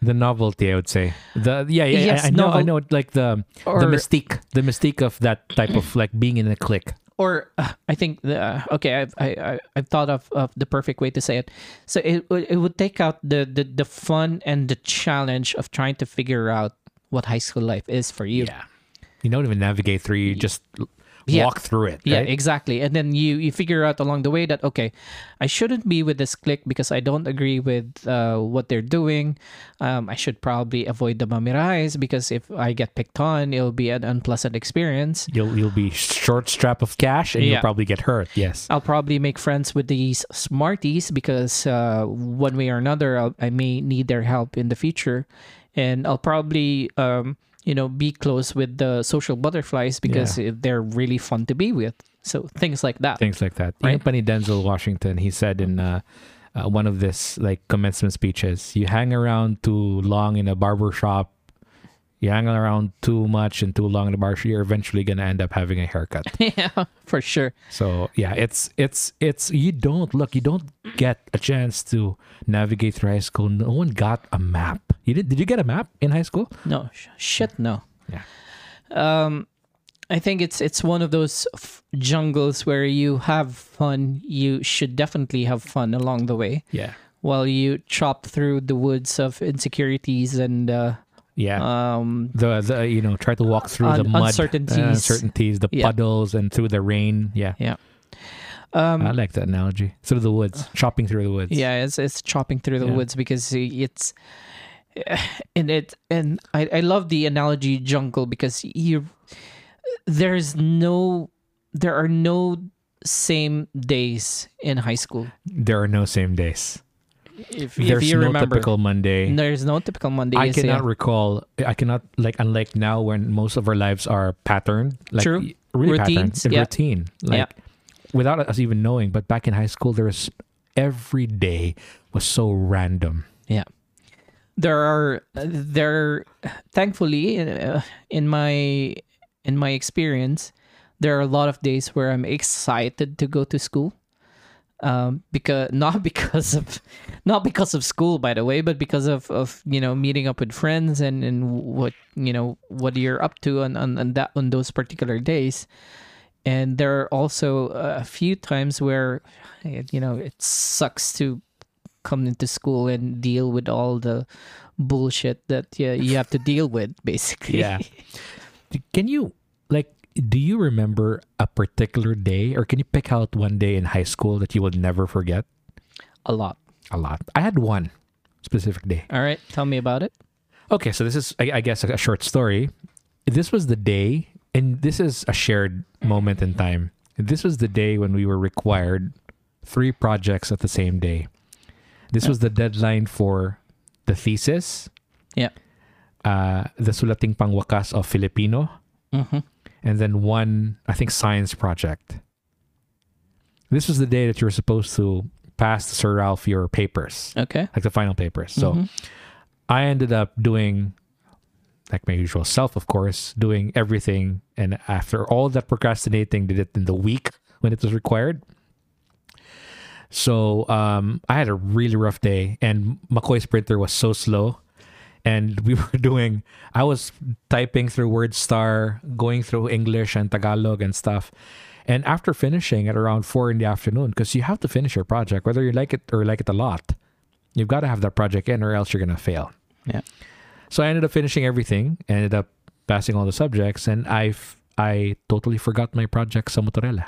B: the novelty, I would say. The yeah, yeah,
A: Yes,
B: I, I know, I
A: novel-
B: know, like the
A: or
B: the mystique, the mystique of that type of like being in a clique.
A: or uh, I think the, uh, okay, I've I, I, I've thought of, of the perfect way to say it. So it would- it would take out the, the the fun and the challenge of trying to figure out what high school life is for you.
B: Yeah, you don't even navigate through; you just l-
A: Yeah.
B: walk through it.
A: Yeah,
B: right?
A: exactly. And then you you figure out along the way that okay, I shouldn't be with this clique because I don't agree with uh, what they're doing. Um, I should probably avoid the mamirais because if I get picked on, it'll be an unpleasant experience.
B: you'll you'll be short strap of cash, and
A: Yeah. Oh.
B: you'll probably get hurt. Yes,
A: I'll probably make friends with these smarties because uh, one way or another, I'll, I may need their help in the future, and I'll probably um, you know be close with the social butterflies because they're really fun to be with. So things like that.
B: things like that.
A: Right.
B: Right. Company Denzel Washington, he said in uh, uh, one of this like commencement speeches, you hang around too long in a barber shop. You hang around too much and too long in a barber shop, you're eventually gonna end up having a haircut.
A: yeah, for sure.
B: So yeah, it's it's it's you don't look, you don't get a chance to navigate through high school. No one got a map. You did? Did you get a map in high school?
A: No sh- shit, no.
B: Yeah.
A: Um, I think it's it's one of those f- jungles where you have fun. You should definitely have fun along the way
B: Yeah,
A: while you chop through the woods of insecurities and uh,
B: yeah.
A: um,
B: the the you know try to walk through the
A: Un-
B: mud
A: uncertainties.
B: uh, uncertainties, the
A: Yeah.
B: puddles, and through the rain. Yeah,
A: yeah, Um,
B: I like that analogy. Through the woods, chopping through the woods.
A: uh, yeah. It's it's chopping through the
B: Yeah.
A: woods because it's and it and I I love the analogy jungle because you there's no there are no same days in high school
B: there are no same days.
A: if,
B: There's
A: if you
B: no
A: remember.
B: typical Monday.
A: There's no typical Monday.
B: I
A: yes, yeah.
B: cannot recall. I cannot like unlike now when most of our lives are patterned. Like,
A: True.
B: y- Really
A: Routines,
B: patterned,
A: yeah.
B: routine. Like without us even knowing. But back in high school, there was every day was so random.
A: Yeah. There are there thankfully uh, in my in my experience there are a lot of days where I'm excited to go to school. Um because not because of not because of school by the way but because of of you know meeting up with friends and and what you know what you're up to on on, on that on those particular days. And there are also a few times where you know it sucks to come into school and deal with all the bullshit that yeah, you have to deal with basically
B: D- Can you like do you remember a particular day or can you pick out one day in high school that you will never forget?
A: a lot
B: A lot. I had one specific day.
A: all right tell me about it
B: Okay, so this is I, I guess a, a short story. This was the day and this is a shared moment in time. This was the day when we were required three projects at the same day. This was the deadline for the thesis,
A: yeah
B: uh, the Sulating Pangwakas of Filipino,
A: mm-hmm.
B: and then one I think science project. This was the day that you were supposed to pass to Sir Ralph your papers,
A: okay
B: like the final papers. So I ended up doing like my usual self, of course, doing everything. And after all that procrastinating, did it in the week when it was required. So um, I had a really rough day, and McCoy's printer was so slow. And we were doing, I was typing through WordStar, going through English and Tagalog and stuff. And after finishing at around four in the afternoon, because you have to finish your project, whether you like it or like it a lot, you've got to have that project in or else you're going to fail.
A: Yeah.
B: So I ended up finishing everything, ended up passing all the subjects, and I I totally forgot my project sa motorela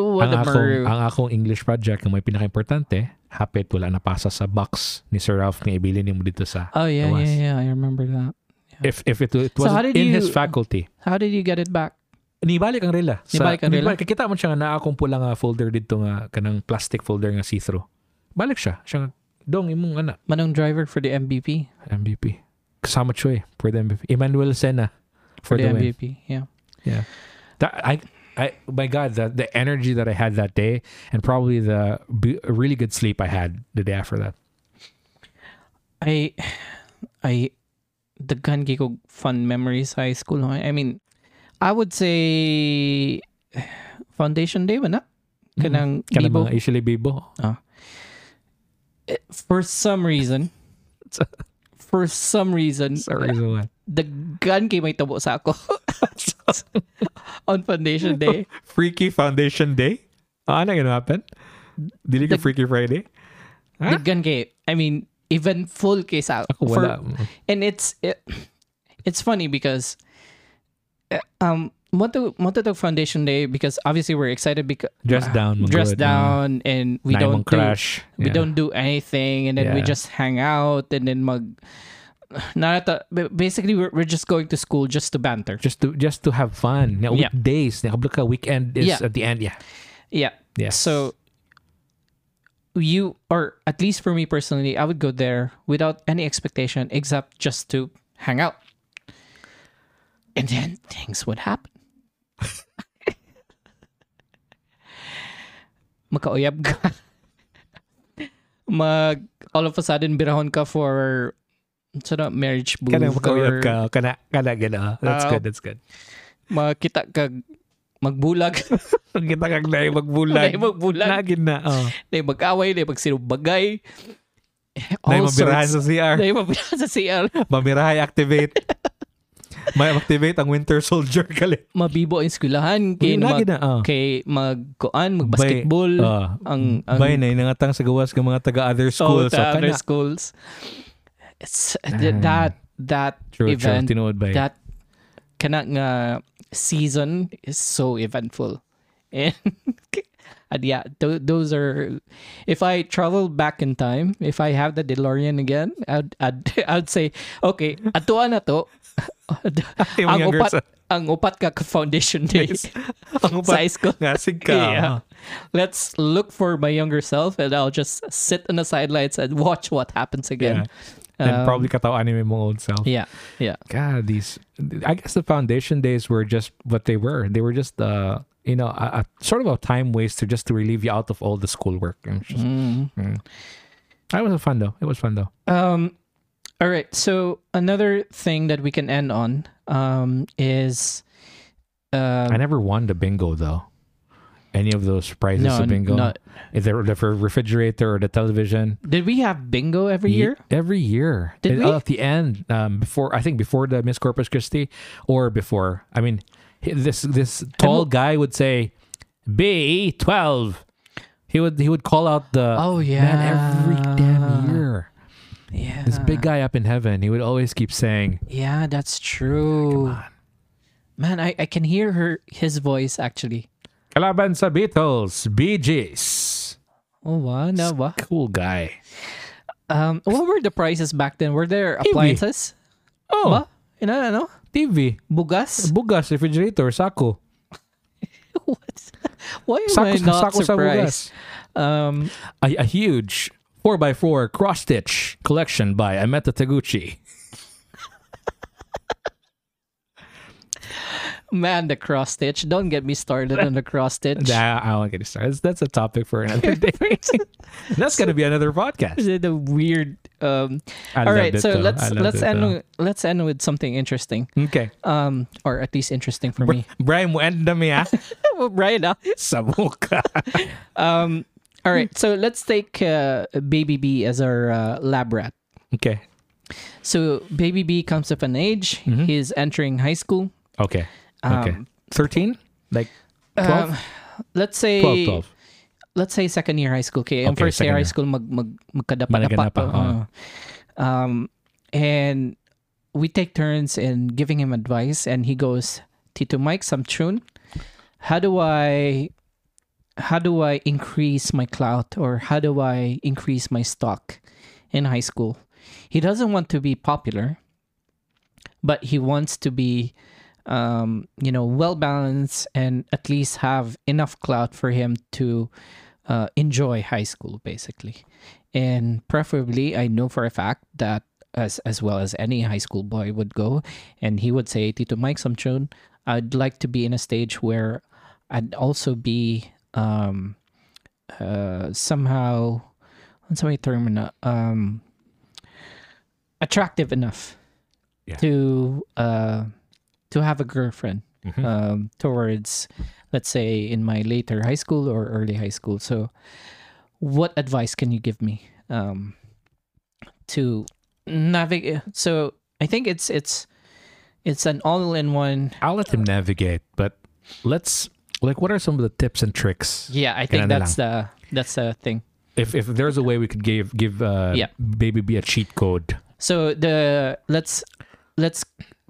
A: what
B: ang
A: a
B: akong,
A: maru
B: ang akong English project ang may pinaka-importante, hapit wala napasa sa box ni Sir Ralph na ibili mo dito sa
A: oh yeah
B: Tawas.
A: yeah yeah i remember that
B: If, if it, it
A: So how
B: wasn't
A: did
B: in
A: you-
B: his faculty.
A: how did you get it back
B: Nibalik ang rela. Sa-
A: Nibalik ang rela?
B: nibalik. Kakita mo siya nga na akong pula nga folder dito nga, kanang plastic folder nga see-through. Balik siya. Siya nga, dong imong ana,
A: manong driver for the mvp
B: MVP. Kasama siya eh, for the MVP. Emmanuel Sena
A: for,
B: for,
A: the,
B: the, win.
A: mvp yeah
B: Yeah. That I I my God, the the energy that I had that day and probably the b- really good sleep I had the day after that.
A: i i daghan gid ko fun memories high school. no? I mean, I would say Foundation Day man na. Kanang
B: Kana
A: Bibo.
B: Mm-hmm. mga usually bibo.
A: For some reason, for some reason,
B: Sorry. So what?
A: daghan kay may tabo sa ako on Foundation Day.
C: Freaky Foundation Day? Ah, ano gonna happen? Dili ka
A: Dag-
C: Freaky Friday?
B: Huh?
A: Daghan kay, I mean, eventful kay sa
B: Ako wala.
A: for- and it's it, it's funny because eh, um moto moto to foundation day because obviously we're excited because
B: Dress down. mga
A: dressed
B: good, no?
A: Ah, down and we
B: Naimong
A: don't do,
B: crush.
A: we
B: Yeah.
A: don't do anything and then we
B: Yeah.
A: just hang out and then mag narata basically we're, we're just going to school just to banter
B: just to just to have fun. Yeah,
A: Yeah.
B: weekdays. Yeah. Look, weekend is
A: Yeah.
B: at the end. Yeah.
A: yeah
B: Yes.
A: So you or at least for me personally, I would go there without any expectation except just to hang out. And then things would happen. Makauyab ka. Mag all of a sudden birahon ka for sana marriage booth
B: Kana makauyap
A: or
B: ka. Kana kana gana. That's
A: Ah.
B: good. That's good.
A: makita ka magbulag,
B: Ang kita kag naay
A: Dahil
B: magbulag.
A: magbulag,
B: Nagin na. Oh.
A: dahil mag-away, dahil magsirubagay.
C: Dahil
A: All
C: mabirahan sa
A: sorts.
C: CR.
A: Dahil mabirahan sa CR.
C: Mamirahay activate. May activate ang Winter Soldier kalit.
A: Mabibo ang eskwelahan. Kay
B: Yung lagi
A: mag,
B: na, ah.
A: kay magkuan, magbasketball.
B: Ah.
A: ang, ang Oh,
C: Bay na inangatang sa gawas ng mga taga other
A: school,
C: schools. So, kana.
A: other schools. It's, th- that, that
B: True,
A: event,
B: true. Tinuod ba?
A: that kana nga season is so eventful. And, and yeah, th- those are. If I travel back in time, if I have the DeLorean again, I'd I'd, I'd say okay, atuan na to.
C: Yung
A: ang
C: younger
A: upat
C: sa-
A: ang upat ka ka foundation days
C: Ang
A: sa
C: upat.
A: high school.
C: Ngasig ka.
A: Yeah.
B: oh.
A: Let's look for my younger self and I'll just sit on the sidelines and watch what happens again. Um,
B: And probably katawaan ni mong old self.
A: Yeah. Yeah.
B: God, these. I guess the foundation days were just what they were. They were just uh, you know, a, a sort of a time waster just to relieve you out of all the schoolwork. And just,
A: Mm-hmm.
B: Mm. That was fun though. It was fun though.
A: Um, all right. So another thing that we can end on um, is uh,
B: I never won the bingo though. Any of those prizes
A: No,
B: of bingo?
A: not-
B: Either the for refrigerator or the television.
A: did we have bingo every
B: Ye-
A: year?
B: Every year.
A: Did
B: It-
A: we?
B: oh, At the end, um, before I think before the Miss Corpus Christi, or before. I mean, he- this this tall guy would say, "B twelve. He would he would call out the
A: Oh,
B: man every damn
A: yeah.
B: year.
A: Yeah.
B: This big guy up in heaven, he would always keep saying,
A: Yeah, that's true. Man, I, I can hear her his voice actually.
B: "Kalaban sa Beatles, Bee Gees."
A: Oh wow, no wow.
B: Cool guy.
A: Um, what were the prices back then? Were there
B: Kiwi.
A: appliances?
B: Oh,
A: Ba? Ano, ano?
B: TV.
A: Bugas?
B: Bugas, refrigerator, sako.
A: What? Why am
B: Sako,
A: I not
B: sako sa
A: surprised?
B: bugas.
A: Um,
B: A, a huge 4x4 cross stitch collection by Ameta Taguchi.
A: man, the cross stitch. Don't get me started on the cross stitch.
B: Nah, I won't get started. That's a topic for another day. That's going to be another podcast.
A: the, the weird. Um,
B: I
A: all
B: loved
A: right,
B: it,
A: so
B: though. I
A: let's
B: loved
A: let's
B: it,
A: end
B: though.
A: with- let's end with something interesting,
B: Okay.
A: um, or at least interesting for me.
B: Brian, mo end na miya.
A: right now.
B: Sabuka.
A: Um, all right, so let's take uh, Baby B as our uh, lab rat.
B: Okay.
A: So Baby B comes of an age. He's entering high school.
B: Okay. okay.
A: Um,
B: 13? Like 12?
A: Um, let's say
B: 12, 12.
A: let's say second year high school kay ang
B: Okay,
A: first year
B: second
A: high
B: year.
A: school mag mag magkadapa-dapa
B: Managanapa,
A: pa.
B: oo.
A: um and we take turns in giving him advice and he goes Tito Mike Samchun how do I how do I increase my clout or how do I increase my stock in high school he doesn't want to be popular but he wants to be um, you know well balanced and at least have enough clout for him to uh, enjoy high school basically and preferably i know for a fact that as as well as any high school boy would go and he would say tito mike samchun i'd like to be in a stage where i'd also be um uh somehow Uh, what's my term na- um attractive enough
B: Yeah.
A: to uh, to have a girlfriend
B: Mhm.
A: um, towards, let's say, in my later high school or early high school. So, what advice can you give me um, to navigate? So, I think it's it's it's an all-in-one.
B: I'll let him navigate, but let's like what are some of the tips and tricks?
A: Yeah, I think
B: Ganun na
A: that's the that's the thing.
B: If if there's a way we could give give uh
A: Yeah.
B: baby B a cheat code.
A: So the let's let's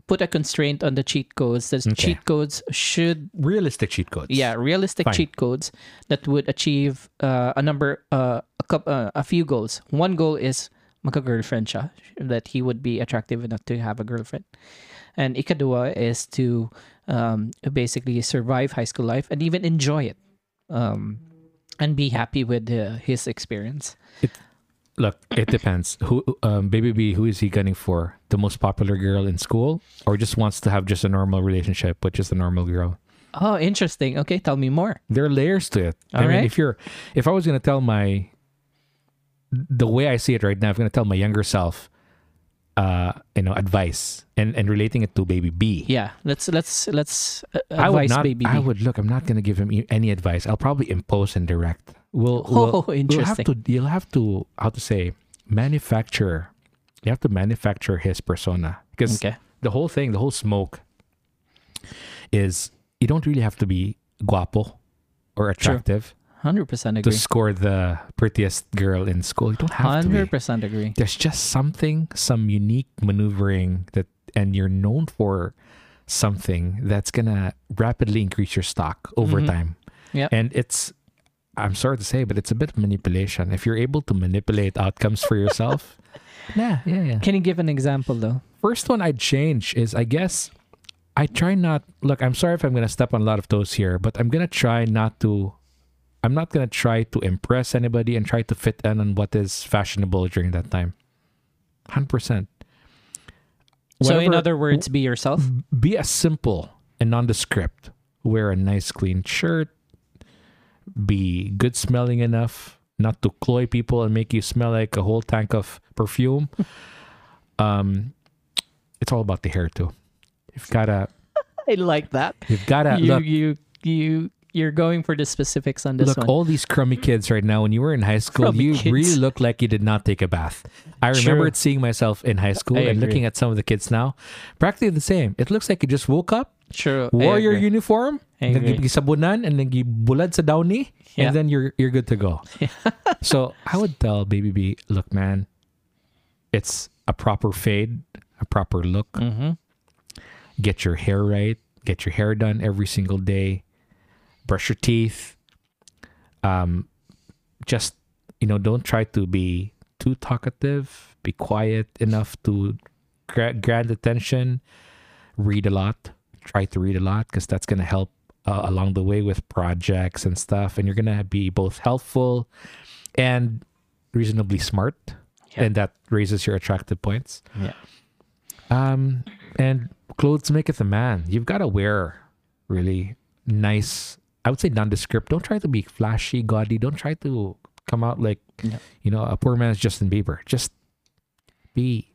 A: put a constraint on the cheat codes. The
B: Okay.
A: cheat codes should
B: Realistic cheat codes.
A: yeah realistic
B: Fine.
A: cheat codes that would achieve uh, a number uh, a coup uh, a few goals one goal is magka girlfriend siya that he would be attractive enough to have a girlfriend and ikadua is to um, basically survive high school life and even enjoy it um, and be happy with uh, his experience
B: Look, it depends. Who um baby B who is he gunning for? The most popular girl in school or just wants to have just a normal relationship with just a normal girl?
A: oh interesting okay tell me more
B: There are layers to it. I
A: All right.
B: mean, if you're if I was going to tell my the way I see it right now, I'm going to tell my younger self uh you know advice and and relating it to baby B.
A: yeah let's let's let's uh,
B: I would
A: advise
B: not,
A: baby
B: I
A: B.
B: would look. I'm not going to give him e- any advice. I'll probably impose and direct. We'll, we'll-
A: oh
B: we'll have
A: interesting
B: to. You'll have to. How to say? Manufacture. You have to manufacture his persona because
A: okay
B: the whole thing, the whole smoke, is you don't really have to be guapo or attractive
A: 100%
B: to
A: agree
B: score the prettiest girl in school. You don't have to. Be.
A: 100% agree
B: There's just something, some unique maneuvering that, and you're known for something that's gonna rapidly increase your stock over
A: Mhm.
B: time.
A: Yep.
B: and it's. I'm sorry to say, but it's a bit of manipulation. If you're able to manipulate outcomes for yourself, yeah, yeah, yeah.
A: Can you give an example though?
B: First one I'd change is I guess I try not look, I'm sorry if I'm gonna step on a lot of toes here, but I'm gonna try not to I'm not gonna try to impress anybody and try to fit in on what is fashionable during that time. Hundred percent.
A: so in other words, be yourself.
B: be as simple and nondescript. Wear a nice clean shirt, be good smelling enough not to cloy people and make you smell like a whole tank of perfume. um, it's all about the hair too. You've gotta,
A: I like that.
B: you've gotta
A: you
B: look.
A: you you you're going for the specifics on this
B: Look,
A: one.
B: all these crummy kids right now. When you were in high school,
A: Crummy
B: you
A: kids.
B: really looked like you did not take a bath. I remembered seeing myself in high school
A: I
B: and
A: agree.
B: looking at some of the kids now, practically the same. It looks like you just woke up,
A: True. I
B: wore your
A: agree.
B: uniform,
A: I agree.
B: nagigisabunan, and nagibulad sa downy,
A: Yeah.
B: and then you're you're good to go. so I would tell Baby B, look, man, it's a proper fade, a proper look.
A: Mhm.
B: Get your hair right. Get your hair done every single day. Brush your teeth. Um, just you know, don't try to be too talkative. Be quiet enough to gra- grant attention. Read a lot. Try to read a lot because that's gonna help uh, along the way with projects and stuff. And you're gonna be both helpful and reasonably smart,
A: Yeah.
B: and that raises your attractive points.
A: Yeah.
B: Um, and clothes maketh a man. You've got to wear really nice. I would say nondescript. Don't try to be flashy, gaudy. Don't try to come out like
A: Yeah.
B: you know a poor man's Justin Bieber. Just be,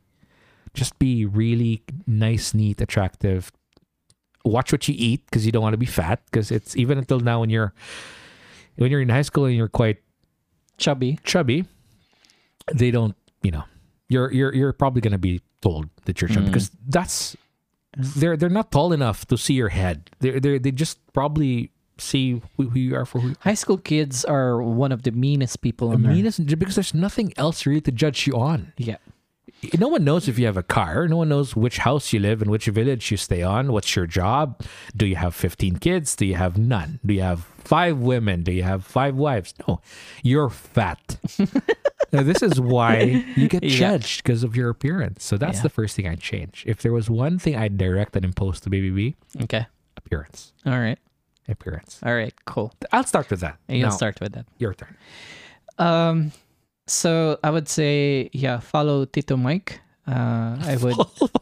B: just be really nice, neat, attractive. Watch what you eat because you don't want to be fat. Because it's even until now when you're when you're in high school and you're quite
A: Chubby.
B: chubby, they don't, you know, you're you're you're probably gonna be told that you're chubby because that's they're they're not tall enough to see your head. They they they just probably see who, who you are for who.
A: High school kids are one of the meanest people on earth.
B: Meanest, because there's nothing else really to judge you on.
A: Yeah.
B: No one knows if you have a car. No one knows which house you live in, which village you stay on. What's your job? Do you have 15 kids? Do you have none? Do you have five women? Do you have five wives? No, you're fat. now, this is why you get
A: Yeah.
B: judged because of your appearance. So that's
A: Yeah.
B: the first thing I'd change. If there was one thing I'd direct and impose to Baby B,
A: Okay.
B: appearance.
A: All right.
B: Appearance.
A: All right. Cool.
B: I'll start with that.
A: You'll
B: Now,
A: start with that.
B: Your turn.
A: Um, so I would say yeah, follow Tito Mike. Uh, I would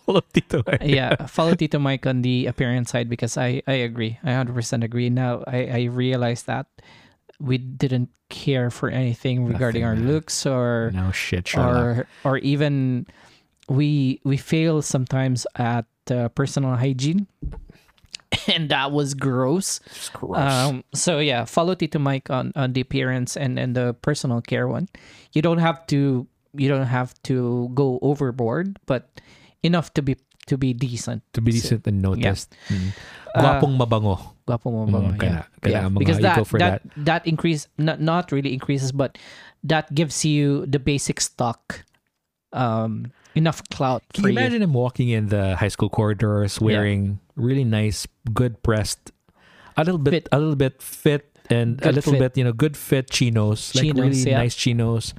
B: Follow Tito.
A: yeah, follow Tito Mike on the appearance side because I, I agree. I 100% agree. Now, I, I realize that we didn't care for anything regarding
B: Nothing,
A: our
B: man.
A: looks or
B: No shit, Sherlock.
A: or or even we we fail sometimes at uh, personal hygiene, and that was gross. Um, so yeah, follow Tito Mike on, on the appearance and, and the personal care one. You don't have to you don't have to go overboard, but enough to be to be decent.
B: to be decent and noticed. Mm.
A: Uh,
B: Guwapong mabango.
A: Guwapo mo ba?
B: Mm, kaya-
A: yeah.
B: kaya
A: yeah.
B: mga
A: Because
B: you
A: that,
B: go for
A: that, that increase not not really increases, but that gives you the basic stock, um, enough clout
B: Can
A: for
B: you
A: you.
B: imagine him walking in the high school corridors wearing really nice, good pressed, a little bit,
A: Fit.
B: a little bit fit, and a
A: Good
B: little
A: fit.
B: bit, you know, good fit chinos, like
A: Chinos,
B: really
A: yeah.
B: nice chinos,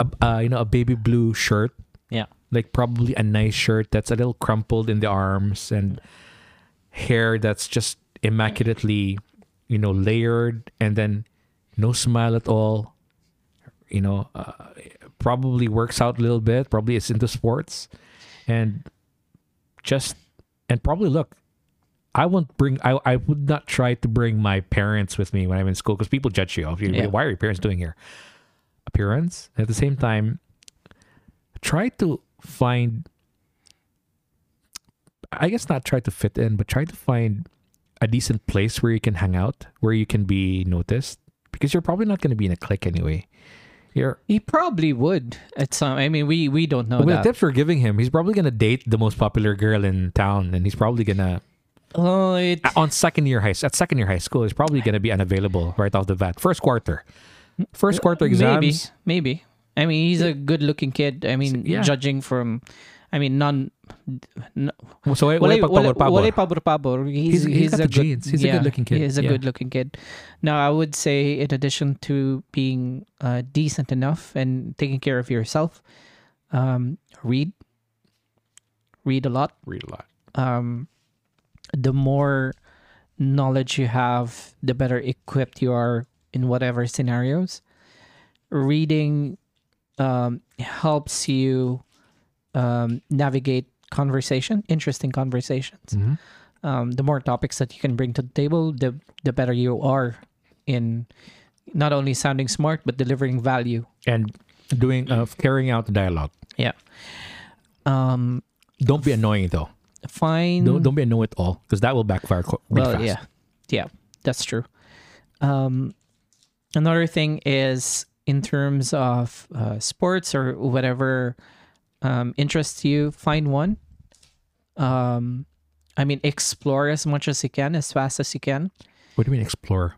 B: a, uh, you know, a baby blue shirt,
A: Yeah.
B: like probably a nice shirt that's a little crumpled in the arms and hair that's just immaculately, you know, layered, and then no smile at all. You know, uh, probably works out a little bit, probably is into sports, and just and probably look. I won't bring. I, I would not try to bring my parents with me when I'm in school because people judge you.
A: Yeah.
B: Why are your parents doing here? Appearance. At the same time, try to find. I guess not try to fit in, but try to find a decent place where you can hang out, where you can be noticed, because you're probably not going to be in a clique anyway. You're
A: He probably would at some. I mean, we we don't know
B: with the
A: Oh, that.
B: tips we're giving him, he's probably gonna date the most popular girl in town, and he's probably gonna
A: Oh, it,
B: on second year high at second year high school, he's probably gonna be unavailable right off the bat. First quarter, first quarter
A: Uh, maybe
B: exams.
A: maybe. I mean, he's a good-looking kid. I mean,
B: yeah.
A: judging from, I mean, non. No,
B: So eh, wala,
A: Wale,
B: pag
A: wale,
B: pabor-pabor.
A: wale pabor pabor. He's,
B: He's- he's got the
A: a good,
B: genes. He's a good-looking kid.
A: He's a
B: Yeah.
A: good looking kid. Now, I would say, in addition to being uh, decent enough and taking care of yourself, um, read. Read a lot.
B: read a lot.
A: Um, the more knowledge you have, the better equipped you are in whatever scenarios. Reading um, helps you um, navigate conversation, interesting conversations
B: Mhm.
A: um, the more topics that you can bring to the table, the the better you are in not only sounding smart but delivering value.
B: And doing uh, carrying out the dialogue.
A: Yeah. Um,
B: Don't be annoying though.
A: find
B: Don't don't be annoying at all because that will backfire. qu- Really
A: Mm. well,
B: fast.
A: yeah, yeah, that's true. Um, another thing is in terms of uh, sports or whatever um, interests you, find one. Um, I mean, explore as much as you can, as fast as you can.
B: What do you mean explore?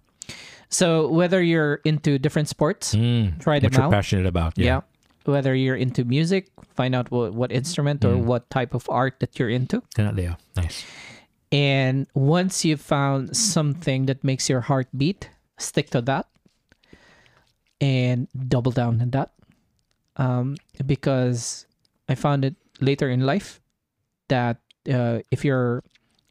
A: So whether you're into different sports,
B: Mm,
A: Try
B: what
A: them
B: you're
A: out.
B: passionate about.
A: yeah. whether you're into music find out what, what instrument or what type of art that you're into
B: Yeah. yeah. Nice.
A: and once you've found something that makes your heart beat stick to that and double down on that um, because i found it later in life that uh, if you're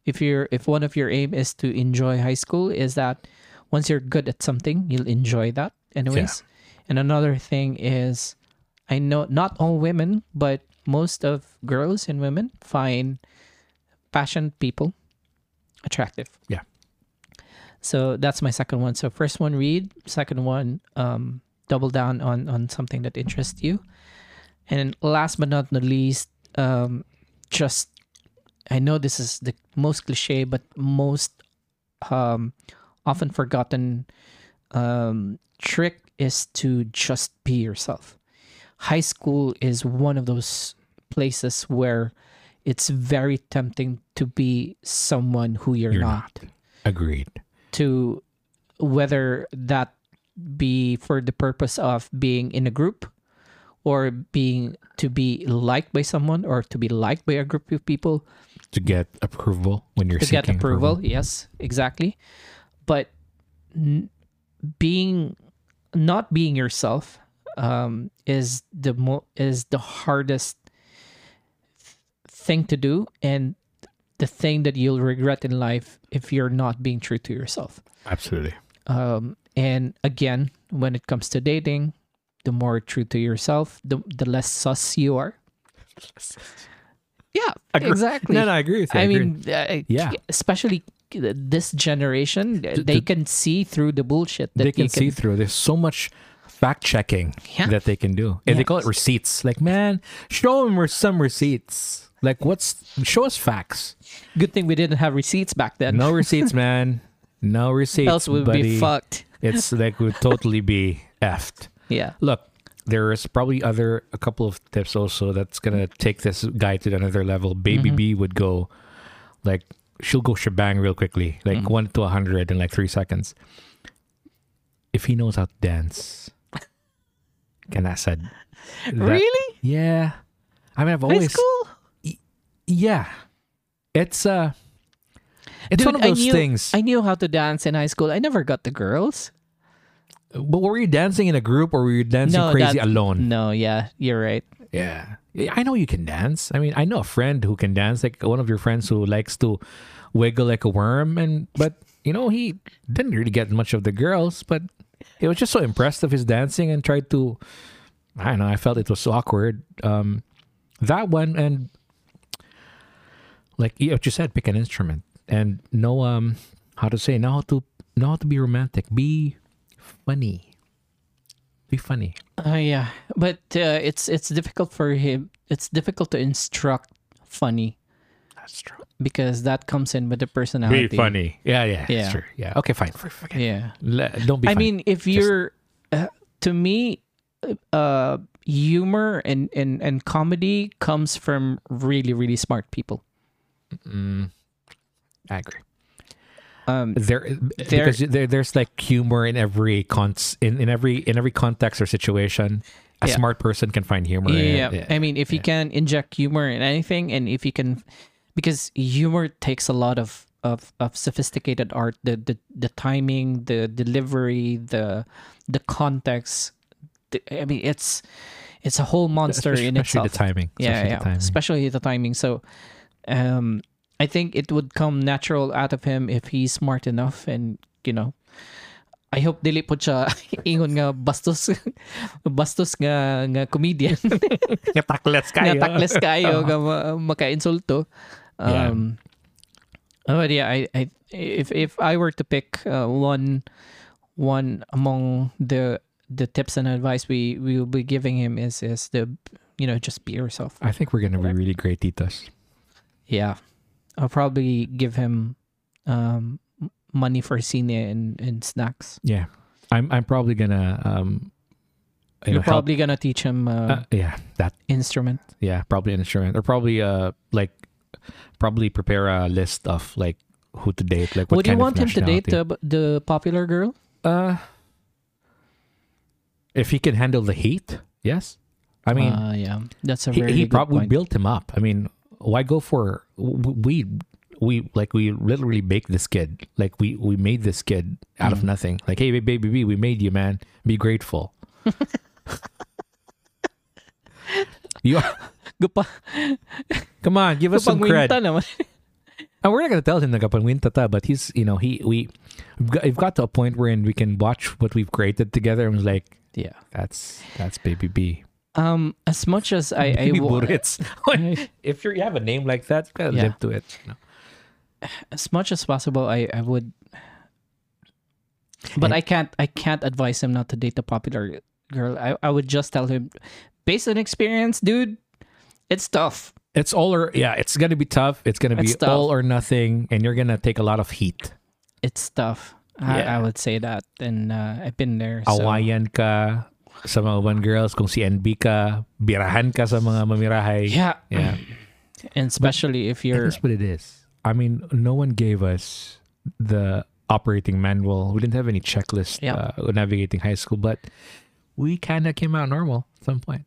A: if you're if one of your aim is to enjoy high school is that once you're good at something you'll enjoy that anyways and another thing is i know not all women but most of girls and women find passionate people attractive
B: Yeah.
A: so that's my second one so first one read second one um double down on on something that interests you and last but not the least um just I know this is the most cliche, but most um, often forgotten um, trick is to just be yourself. High school is one of those places where it's very tempting to be someone who you're,
B: You're
A: not.
B: Agreed.
A: To whether that be for the purpose of being in a group or being to be liked by someone or to be liked by a group of people
B: To get approval when you're
A: to get
B: seeking
A: approval. Yes, exactly. But n- being not being yourself um, is the mo- is the hardest th- thing to do, and the thing that you'll regret in life if you're not being true to yourself.
B: Absolutely.
A: Um, and again, when it comes to dating, the more true to yourself, the the less sus you are. Yeah, exactly.
B: No, no, I agree with you.
A: I
B: agree.
A: mean, uh,
B: Yeah.
A: especially this generation, they
B: th-
A: can see through the bullshit. That
B: they can
A: you
B: see through. There's so much fact checking
A: Yeah.
B: that they can do. And they call it receipts. Like, man, show them some receipts. Like, what's show us facts?
A: Good thing we didn't have receipts back then.
B: No receipts, man. No receipts.
A: else we'd be
B: buddy.
A: fucked.
B: It's like we'd totally be effed.
A: Yeah.
B: Look, there's probably other a couple of tips also that's gonna take this guy to another level. Baby
A: Mm-hmm.
B: B would go like she'll go shebang real quickly, like
A: Mm.
B: one to a hundred in like three seconds. If he knows how to dance, can I said that-
A: really?
B: Yeah, I mean I've
A: High
B: always
A: school?
B: yeah, it's uh, it's
A: Dude,
B: one of those
A: I knew,
B: things.
A: I knew how to dance in high school. I never got the girls.
B: but were you dancing in a group or were you dancing
A: No,
B: crazy
A: that-
B: alone?
A: No, yeah, you're right.
B: Yeah. Yeah, I know you can dance. I mean, I know a friend who can dance, like one of your friends who likes to wiggle like a worm and but you know, he didn't really get much of the girls, but he was just so impressed of his dancing and tried to I don't know, I felt it was so awkward. Um that one and like yeah, what you said, pick an instrument and know um how to say know how to know how to be romantic. Be funny. Be funny.
A: Oh yeah, but uh, it's it's difficult for him. It's difficult to instruct funny
B: That's true.
A: because that comes in with the
B: be
A: personality.
B: funny. Yeah,
A: Yeah.
B: yeah, That's true. Yeah. Okay, fine. F- forget it.
A: Yeah.
B: Le- don't be.
A: I
B: funny.
A: mean, if you're uh, to me, uh, humor and, and and comedy comes from really really smart people.
B: I agree.
A: Um,
B: There, because there, there's like humor in every cons in, in every in every context or situation. A
A: Yeah.
B: smart person can find humor. in
A: yeah,
B: it.
A: I mean, if you can inject humor in anything, and if you can, because humor takes a lot of of, of sophisticated art, the, the the timing, the delivery, the the context. The, I mean, it's it's a whole monster
B: especially,
A: in
B: especially
A: itself.
B: the timing.
A: yeah,
B: especially
A: yeah.
B: The timing.
A: especially the timing. So, um, I think it would come natural out of him if he's smart enough, and you know, I hope dili po siya ingon nga bastos, bastos nga nga comedian
B: Nga taklas kayo.
A: nga takles kayo nga ma- makainsulto.
B: Yeah.
A: Um, But Oh, yeah, I, I if if I were to pick uh, one one among the the tips and advice we we will be giving him is is the you know just be yourself.
B: I think we're gonna be really great titas.
A: Yeah. I'll probably give him um m- money for sine and, and snacks.
B: Yeah, I'm. I'm probably gonna. Um, you
A: You're
B: know, help-
A: probably gonna teach him uh,
B: uh, yeah, that
A: instrument.
B: Yeah, probably an instrument or probably uh like probably prepare a list of like who to date. Like what
A: Would you
B: kind of
A: want him to date
B: nationality.
A: the, the popular girl?
B: Uh, if he can handle the heat, yes. I mean,
A: uh, yeah, that's a
B: he,
A: very
B: he
A: good
B: probably
A: point.
B: built him up. I mean, why go for w- we we like we literally baked this kid. Like we we made this kid out
A: Mm.
B: of nothing. Like hey baby baby we made you man. Be grateful. you are,
A: Gupa,
B: come on, give us some cred.
A: gupangwinta naman.
B: And we're not gonna tell him nagapangwinta ta, but he's you know he we we've got, we've got to a point wherein we can watch what we've created together and was like
A: yeah.
B: that's that's baby B.
A: Um, as much as I, I
B: Baby
A: wa-
B: Buritz. if you're, you have a name like that, you gotta
A: Yeah.
B: live to it. you know.
A: as much as possible, I I would. But I can't I can't advise him not to date the popular girl. I I would just tell him, based on experience, dude, it's tough.
B: It's all or yeah, it's gonna be tough. It's gonna be
A: It's tough.
B: all or nothing, and you're gonna take a lot of heat.
A: it's tough. I, I
B: Yeah.
A: would say that, and uh, I've been there. So.
B: Awayan ka sa mga one girls, kung si NB ka, birahan ka sa mga mamirahay.
A: Yeah,
B: yeah.
A: and especially if you're
B: That's what it is. I mean, no one gave us the operating manual. We didn't have any checklist
A: Yeah.
B: uh, navigating high school, but we kind of came out normal at some point.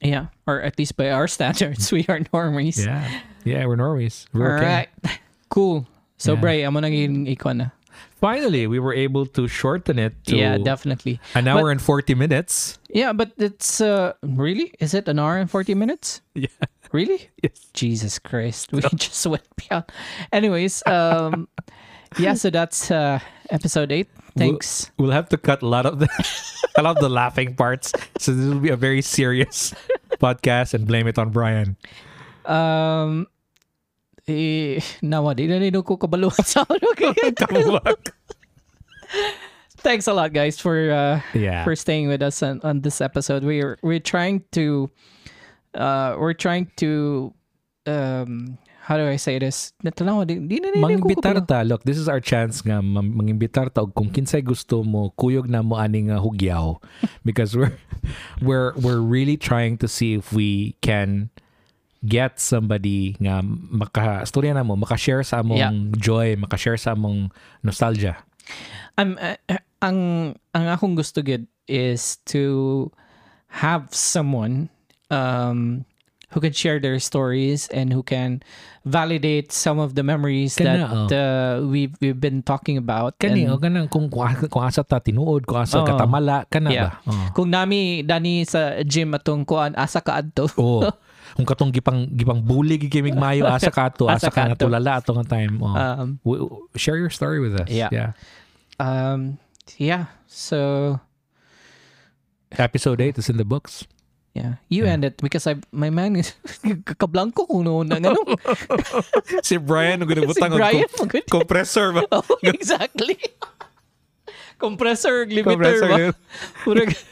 A: yeah, or at least by our standards, we are normies.
B: Yeah. Yeah, we're Norwegians.
A: All
B: We're okay.
A: right, cool. So,
B: Yeah.
A: Bray, I'm gonna get ikaw na.
B: Finally, we were able to shorten it to
A: Yeah, definitely.
B: an
A: But-
B: hour and 40 minutes.
A: Yeah, but it's uh, really is it an hour and forty minutes?
B: Yeah.
A: Really?
B: Yes.
A: Jesus Christ, we just went beyond. Anyways, um, yeah. So that's uh, episode eight. Thanks.
B: We'll have to cut a lot of the a lot of the laughing parts. So this will be a very serious podcast and blame it on Brian.
A: Um, eh, nawa, di na nino ko kabalo sa ano kaya.
B: Kabuwag.
A: Thanks a lot, guys, for uh,
B: Yeah.
A: for staying with us on, on this episode. We're we're trying to uh we're trying to um how do I say this? Natanaw, di- di na- di- di- ko-
B: Mangimbitar ta. Look, this is our chance nga ma- mangimbitar ta og kung kinsay gusto mo, kuyog na mo aning uh, hugyaw because we're we're we're really trying to see if we can get somebody nga maka storya na mo, maka-share sa among
A: Yeah.
B: joy, maka-share sa among nostalgia.
A: I'm uh, uh, ang ang akong gusto gid is to have someone um who can share their stories and who can validate some of the memories
B: Kana,
A: that uh, we've we've been talking about.
B: Kani
A: And
B: o kanang kung kung, asa- kung asa ta tinuod, kung asa
A: Oo.
B: ka tamala, kana
A: Yeah.
B: ba? Oo.
A: kung nami dani sa gym atong kuan asa ka adto.
B: Oo. Kung katong gipang gipang bully gikimig mayo asa ka ato,
A: Asa
B: asa ka
A: ka ato.
B: natulala atong time. Oo.
A: Um
B: W- w- share your story with us.
A: Yeah.
B: yeah.
A: um yeah. So
B: Episode 8 is in the books.
A: yeah, you end it because I my man is kakablanko ko noon ng ano
C: si Brian, ang
A: si
C: ginabutang
A: Brian. Magod.
C: compressor ba?
A: Oh, exactly. Compressor, limiter
C: Compressor,
A: ba?
C: lim-
A: Murag-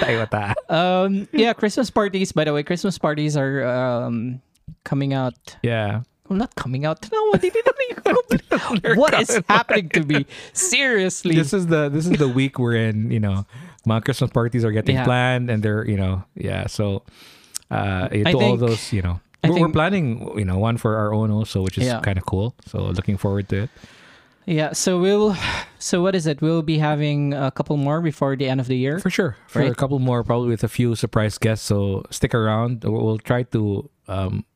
B: Tayo ta.
A: um, yeah, Christmas parties, by the way, Christmas parties are um, coming out.
B: Yeah.
A: Well, not coming out. No, what, did it- what is happening to me? Seriously.
B: This is the this is the week we're in, you know, my Christmas parties are getting
A: Yeah.
B: planned and they're, you know, yeah, so uh to
A: I
B: all
A: think-
B: those, you know,
A: I
B: we're, we're
A: think-
B: planning, you know, one for our own also, which is
A: Yeah.
B: kind of cool. So looking forward to it.
A: yeah, so we'll. So what is it? We'll be having a couple more before the end of the year.
B: For sure. For
A: Right.
B: a couple more, probably with a few surprise guests. So stick around. We'll we'll try to um,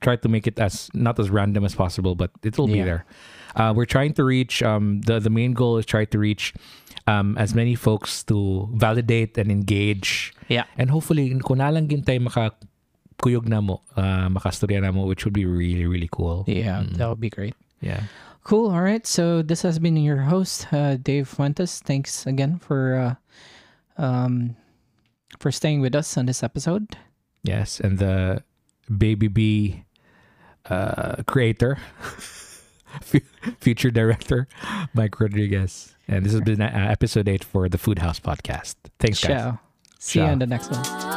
B: try to make it as not as random as possible, but it'll be
A: Yeah.
B: there. Uh, we're trying to reach um, the the main goal is try to reach um, as many folks to validate and engage.
A: Yeah.
B: And hopefully, kung nalang gintay maka kuyog na mo, uh, makastorya na mo, which would be really, really cool.
A: Yeah, that would be great.
B: Yeah.
A: Cool. All right. So this has been your host, uh, Dave Fuentes. Thanks again for uh, um, for staying with us on this episode.
B: Yes. And the Baby B uh, creator, fu- future director, Mike Rodriguez. And this has been uh, episode eight for the Food House podcast. Thanks,
A: Ciao.
B: guys.
A: See you on
B: Ciao.
A: the next one.
D: Oh